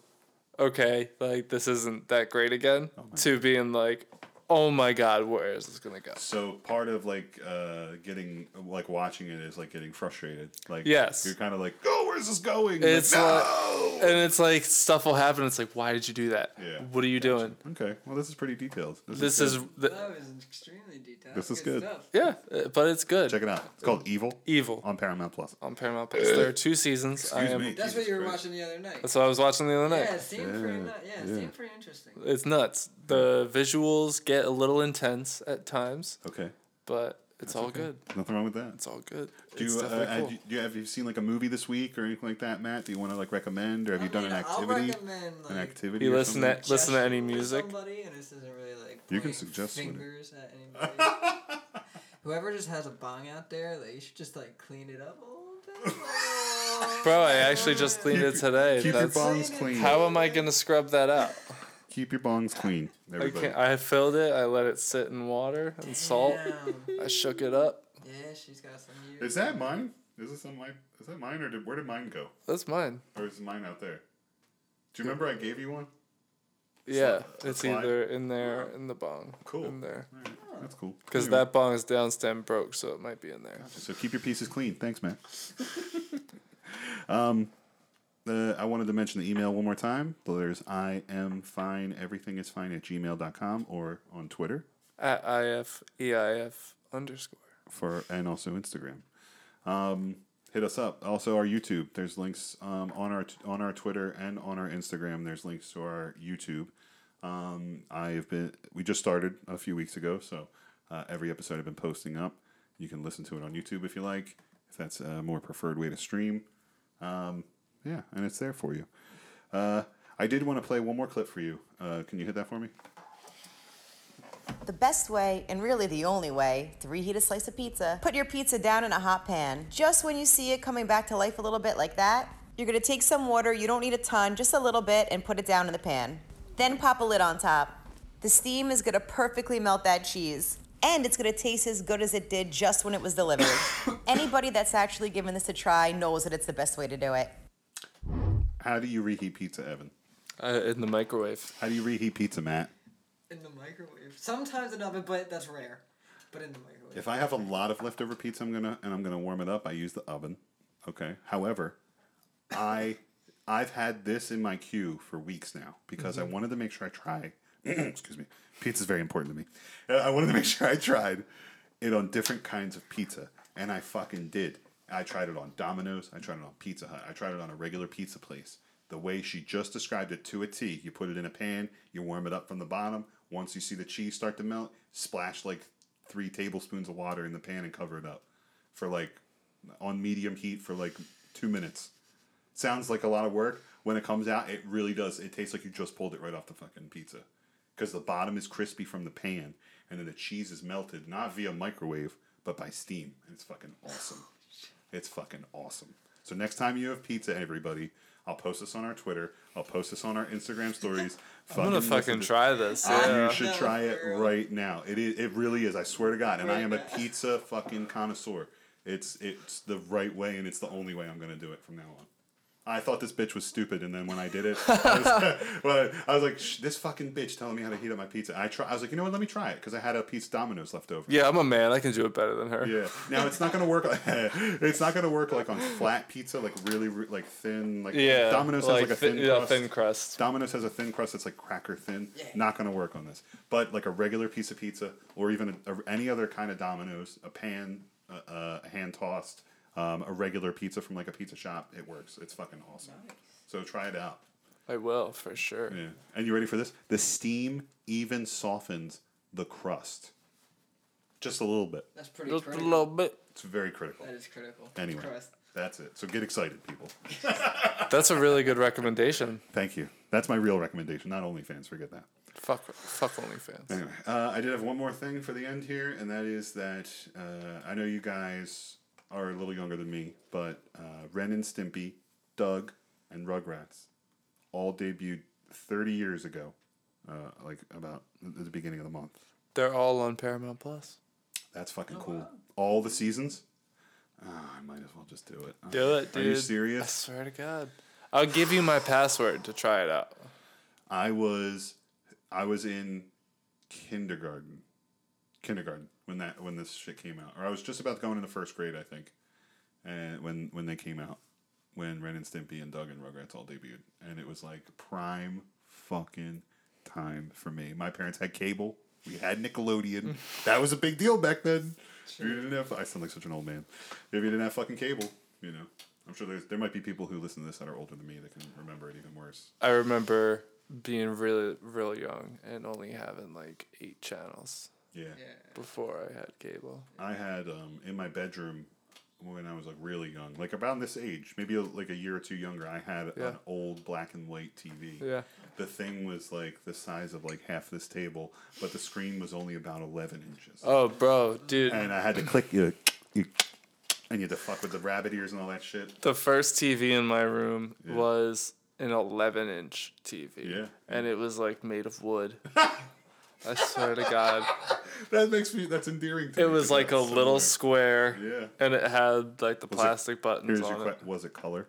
B: okay, like this isn't that great again to being like oh my god, where is this gonna go?
A: So part of like uh, getting like watching it is like getting frustrated. Like
B: Yes.
A: you're kind of like, oh, where's this going?
B: It's
A: like,
B: like,
A: "No!"
B: and it's like stuff will happen. It's like, why did you do that? Yeah. What are you doing?
A: okay. Well, this is pretty detailed.
B: This is
A: good.
C: that was extremely detailed.
A: this is good.
C: stuff.
B: Yeah, uh, but it's good. Check
A: it out. It's called Evil.
B: Evil
A: on Paramount Plus.
B: On Paramount Plus, there are two seasons. I
A: Excuse
B: am,
A: me.
C: That's what you were watching the other night.
B: That's what I was watching the other night.
C: Yeah, it seemed pretty. nu- yeah, it seemed pretty interesting.
B: It's nuts. The visuals get a little intense at times.
A: Okay.
B: But it's
A: That's
B: all
A: okay.
B: good.
A: Nothing wrong with that. It's
B: all good.
A: Do
B: It's
A: you, uh,
B: definitely
A: have,
B: cool.
A: you, do you- have you seen like a movie this week or anything like that, Matt? Do you want to like recommend or have you done an
C: I'll
A: activity?
C: recommend,
A: an
C: like,
A: activity.
B: You
A: or
B: listen to
A: something?
B: listen to any
C: Or
B: music.
C: Somebody, and this isn't really like
A: You can
C: pointing
A: suggest somebody.
C: fingers at
A: (laughs)
C: anybody. Whoever just has a bong out there, like you should just like clean it up.
A: (laughs)
B: Bro, I actually just cleaned it today.
A: keep your
B: That's-
A: bongs clean.
B: How am I gonna scrub
A: (laughs)
B: that out?
A: Keep your bongs clean,
B: I,
A: everybody.
B: can't, I filled it. I let it sit in water and salt. I shook it up.
C: Yeah, she's got some.
A: Is that mine? Is this on my? Is that mine or did, where did mine go?
B: That's mine.
A: Or is mine out there? Do you remember I gave you one?
B: Yeah, it's
A: slide?
B: either in there in the bong. Cool. In there.
A: That's cool.
B: Because
A: Anyway.
B: that bong is downstem broke, so it might be in there.
A: So keep your pieces clean. Thanks, man. um, the, I wanted to mention the email one more time. There's I am fine. Everything is fine at gmail.com or on Twitter
B: At if eif underscore.
A: for and also Instagram. Um, hit us up. Also our YouTube. There's links um, on our on our Twitter and on our Instagram. There's links to our YouTube. Um, I've been we just started a few weeks ago, so uh, every episode I've been posting up. You can listen to it on YouTube if you like, if that's a more preferred way to stream. Um, yeah, and it's there for you. Uh, I did want to play one more clip for you. Uh, can you hit that for me?
N: The best way, and really the only way, to reheat a slice of pizza, put your pizza down in a hot pan. Just when you see it coming back to life a little bit like that, you're gonna take some water, you don't need a ton, just a little bit, and put it down in the pan. Then pop a lid on top. The steam is gonna perfectly melt that cheese, and it's gonna taste as good as it did just when it was delivered. Anybody that's actually given this a try knows that it's the best way to do it.
A: How do you reheat pizza, Evan?
B: Uh, in the microwave.
A: How do you reheat pizza, Matt?
C: In the microwave. Sometimes in the oven, but that's rare. But in the microwave.
A: If I have a lot of leftover pizza, I'm gonna and I'm gonna warm it up. I use the oven. Okay. However, I I've had this in my queue for weeks now because I
O: Mhm.
A: wanted to make sure I try. (clears throat) excuse me. Pizza's very important to me. And I wanted to make (laughs) sure I tried it on different kinds of pizza, and I fucking did. I tried it on Domino's. I tried it on Pizza Hut. I tried it on a regular pizza place. The way she just described it to a T, you put it in a pan, you warm it up from the bottom. Once you see the cheese start to melt, splash like three tablespoons of water in the pan and cover it up for like on medium heat for like two minutes. Sounds like a lot of work. When it comes out, it really does. It tastes like you just pulled it right off the fucking pizza. Because the bottom is crispy from the pan, and then the cheese is melted, not via microwave, but by steam. And it's fucking
B: (laughs)
A: awesome. It's fucking awesome. So next time you have pizza, everybody, I'll post this on our Twitter. I'll post this on our Instagram stories.
B: (laughs) I'm gonna
A: listen
B: fucking
A: to-
B: try this,
A: Uh,
B: yeah.
A: You should try it right now. It is. It really is. I swear to God. And I am a pizza fucking connoisseur. It's it's the right way, and it's the only way I'm gonna do it from now on. I thought this bitch was stupid, and then when I did it, I was, (laughs) well, I was like, Shh, "This fucking bitch telling me how to heat up my pizza." I try. I was like, "You know what? Let me try it," because I had a piece of Domino's left over.
B: Yeah, I'm a man. I can do it better than her.
A: Yeah. Now it's not gonna work. (laughs) it's not gonna work like on flat pizza, like really re- like thin. Like
B: Yeah,
A: Domino's
B: like
A: has like a
B: thi-
A: thin
B: yeah,
A: crust.
B: thin crust.
A: Domino's has a thin crust that's like cracker thin. Not gonna work on this. But like a regular piece of pizza, or even a, a- any other kind of Domino's, a pan, a, a hand tossed, um, a regular pizza from like a pizza shop, it works. It's fucking awesome. So try it out.
B: I will for sure.
A: Yeah. And you ready for this? The steam even softens the crust, just a little bit.
C: That's pretty
B: Just a
C: critical.
B: little bit.
A: It's very critical.
C: That is critical.
A: Anyway,
C: Crust.
A: that's it. So get excited, people.
B: That's a really good recommendation.
A: Thank you. That's my real recommendation, not OnlyFans. Forget that.
B: Fuck, fuck OnlyFans.
A: Anyway, uh, I did have one more thing for the end here, and that is that uh, I know you guys are a little younger than me, but uh, Ren and Stimpy, Doug, and Rugrats all debuted 30 years ago, uh, like about at the beginning of the month.
B: They're all on Paramount Plus.
A: That's fucking cool. All the seasons. Ah, I might as well just do it.
B: Do it, dude.
A: Are you serious?
B: I swear to God. I'll give you my password to try it out.
A: I was I was in kindergarten, kindergarten when that when this shit came out, or I was just about going into first grade, I think, and when when they came out, when Ren and Stimpy and Doug and Rugrats all debuted, and it was like prime fucking time for me. My parents had cable. We had Nickelodeon. that was a big deal back then. If you didn't have, I sound like such an old man. If you didn't have fucking cable, you know, I'm sure there's, there might be people who listen to this that are older than me that can remember it even worse.
B: I remember being really, real young and only having like eight channels.
A: Yeah.
B: Before I had cable.
A: I had um, in my bedroom when I was like really young, like around this age, maybe uh, like a year or two younger. I had
B: Yeah.
A: an old black and white TV.
B: Yeah.
A: The thing was like the size of like half this table, but the screen was only about eleven inches.
B: Oh, bro, dude.
A: And I had to click you, you, and you had to fuck with the rabbit ears and all that shit.
B: The first TV in my room was an 11 inch TV.
A: Yeah.
B: And it was like made
A: (laughs)
B: of wood. I swear to God.
A: That makes me. That's endearing. to
B: It
A: me,
B: was
A: to be
B: like a
A: honest,
B: little
A: somewhere.
B: square.
A: Yeah.
B: And it had like the
A: Was it-
B: plastic buttons
A: here's
B: on
A: your
B: it.
A: que- Was it color?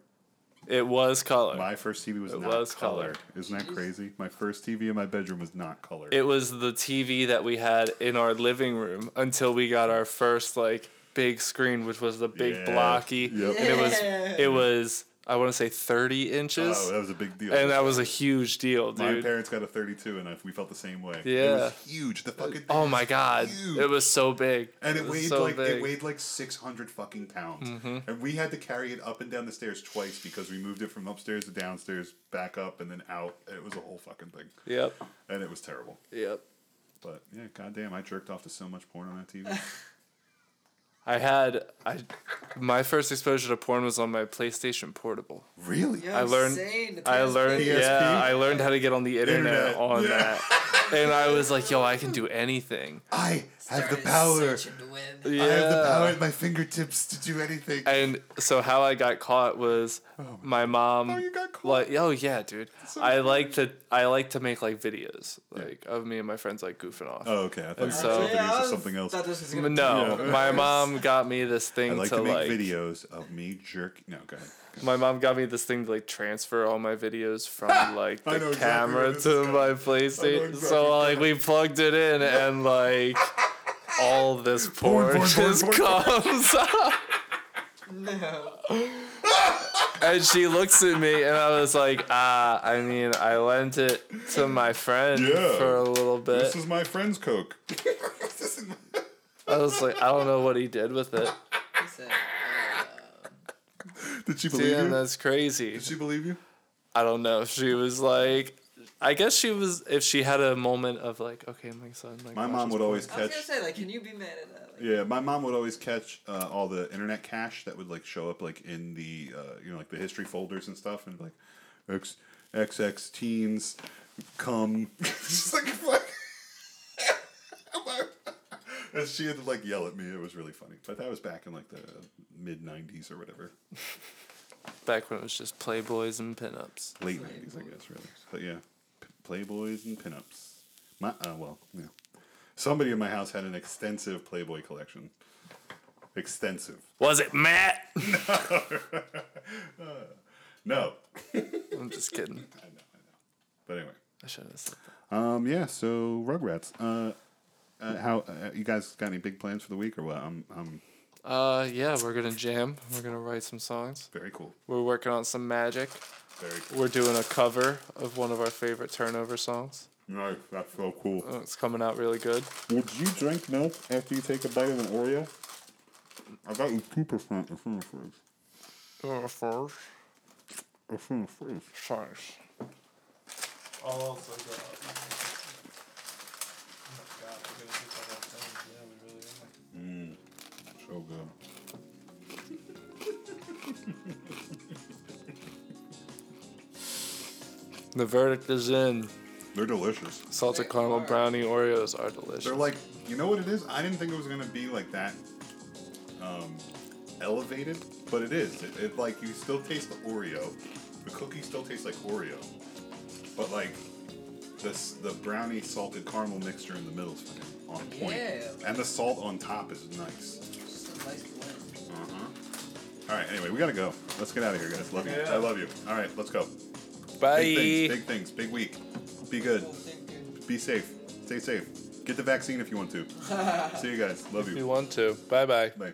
B: It was color.
A: My first TV was
B: It
A: not
B: was
A: color.
B: color.
A: Isn't that crazy? My first TV in my bedroom was not color.
B: It was the TV that we had in our living room until we got our first like big screen, which was the big
A: Yeah.
B: blocky.
A: Yep.
B: And it was
A: Yeah.
B: it was I want to say thirty inches.
A: Oh, that was a big deal.
B: And that was a huge deal, dude.
A: My parents got a 32, and I, we felt the same way. It
B: Yeah.
A: was huge. The fucking thing
B: oh
A: was
B: my god,
A: huge.
B: it was so big.
A: and it
B: was
A: weighed
B: so
A: like
B: big.
A: it weighed like 600 fucking pounds,
B: Mhm.
A: and we had to carry it up and down the stairs twice because we moved it from upstairs to downstairs, back up and then out. It was a whole fucking thing.
B: Yep.
A: And it was terrible.
B: Yep.
A: But yeah, goddamn, I jerked off to so much porn on that TV.
B: I had I my first exposure to porn was on my PlayStation Portable.
A: Really?
C: Yo,
B: I learned
C: same, the
B: I learned
C: PSP.
B: yeah, I learned how to get on the internet,
A: Internet,
B: on
A: yeah.
B: that. And I was like, yo, I can do anything.
A: I have the power. I have the
B: Yeah.
A: power at my fingertips to do anything.
B: And so how I got caught was my mom. Oh, you got caught. Like, oh yeah, dude. I like to I like to make like videos like of me and my friends like goofing off.
A: Oh, okay. I thought you
B: And
A: were gonna say Yeah, videos I of was- something else. thought this was gonna
B: no,
A: be- Yeah.
B: my mom got me this thing
A: I like
B: to,
A: to make
B: like
A: videos of me jerk. No, go ahead.
B: My mom got me this thing to like transfer all my videos from like
A: (laughs) I
B: the
A: know exactly where
B: camera
A: this
B: to my PlayStation. so like we plugged it in and like
A: (laughs)
B: all this porn,
E: porn, porn,
B: just
E: porn, porn.
B: comes up.
C: No.
B: and she looks at me and I was like, ah, I mean, I lent it to my friend
A: Yeah.
B: for a little bit.
A: This is my friend's Coke. (laughs)
B: I was like, I don't know what he did with it.
A: Did she
B: believe Damn, you? that's crazy. Did
A: she believe you?
B: I don't know. She was like, I guess she was, if she had a moment of like, okay, my son. Like
A: My mom
B: watches
A: would always
B: porn.
C: I was
A: catch
C: gonna say, like, can you be mad at that?
A: Yeah, my mom would always catch uh, all the internet cache that would like show up like in the uh, you know like the history folders and stuff, and like X XX teens come. (laughs) She's like (laughs) fuck. and she had to like yell at me. It was really funny, but that was back in like the mid '90s or whatever,
B: Back when it was just Playboys and pinups.
A: late '90s, I guess, really. But yeah, P- Playboys and pinups. My uh, well, yeah. Somebody in my house had an extensive Playboy collection. Extensive. (laughs) Uh,
E: Was it Matt?
A: No,
B: I'm just kidding.
A: but anyway.
B: I shouldn't have said that.
A: Um, yeah, so Rugrats. Uh, uh, how uh, you guys got any big plans for the week or what? I'm, I'm
B: Uh, yeah, we're gonna jam. We're gonna write some songs.
A: Very cool.
B: We're working on some magic.
A: Very
B: cool. We're doing a cover of one of our favorite turnover songs.
A: no, that's so cool.
B: Uh, it's coming out really good.
A: Would you drink milk after you take a bite of an Oreo? I got you two percent.
B: Oh, first.
E: Oh,
A: Mm, so good.
B: The verdict is in.
A: They're delicious.
B: Salted caramel brownie Oreos are delicious.
A: They're like, you know what it is? I didn't think it was gonna be like that um, elevated, but it is. It, it like you still taste the Oreo. The cookie still tastes like Oreo, but like this the brownie salted caramel mixture in the middle is fucking on point,
C: Yeah.
A: and the salt on top is nice.
C: Just a nice blend.
A: Uh huh. All right. Anyway, we gotta go. Let's get out of here, guys. Love you.
C: Yeah.
A: I love you. All right. Let's go.
B: Bye.
A: Big things. Big things. Big week. Be good. Be safe. Stay safe. Get the vaccine if you want to. See you guys. Love
B: If (laughs)
A: you.
B: you want to. Bye bye.
A: Bye.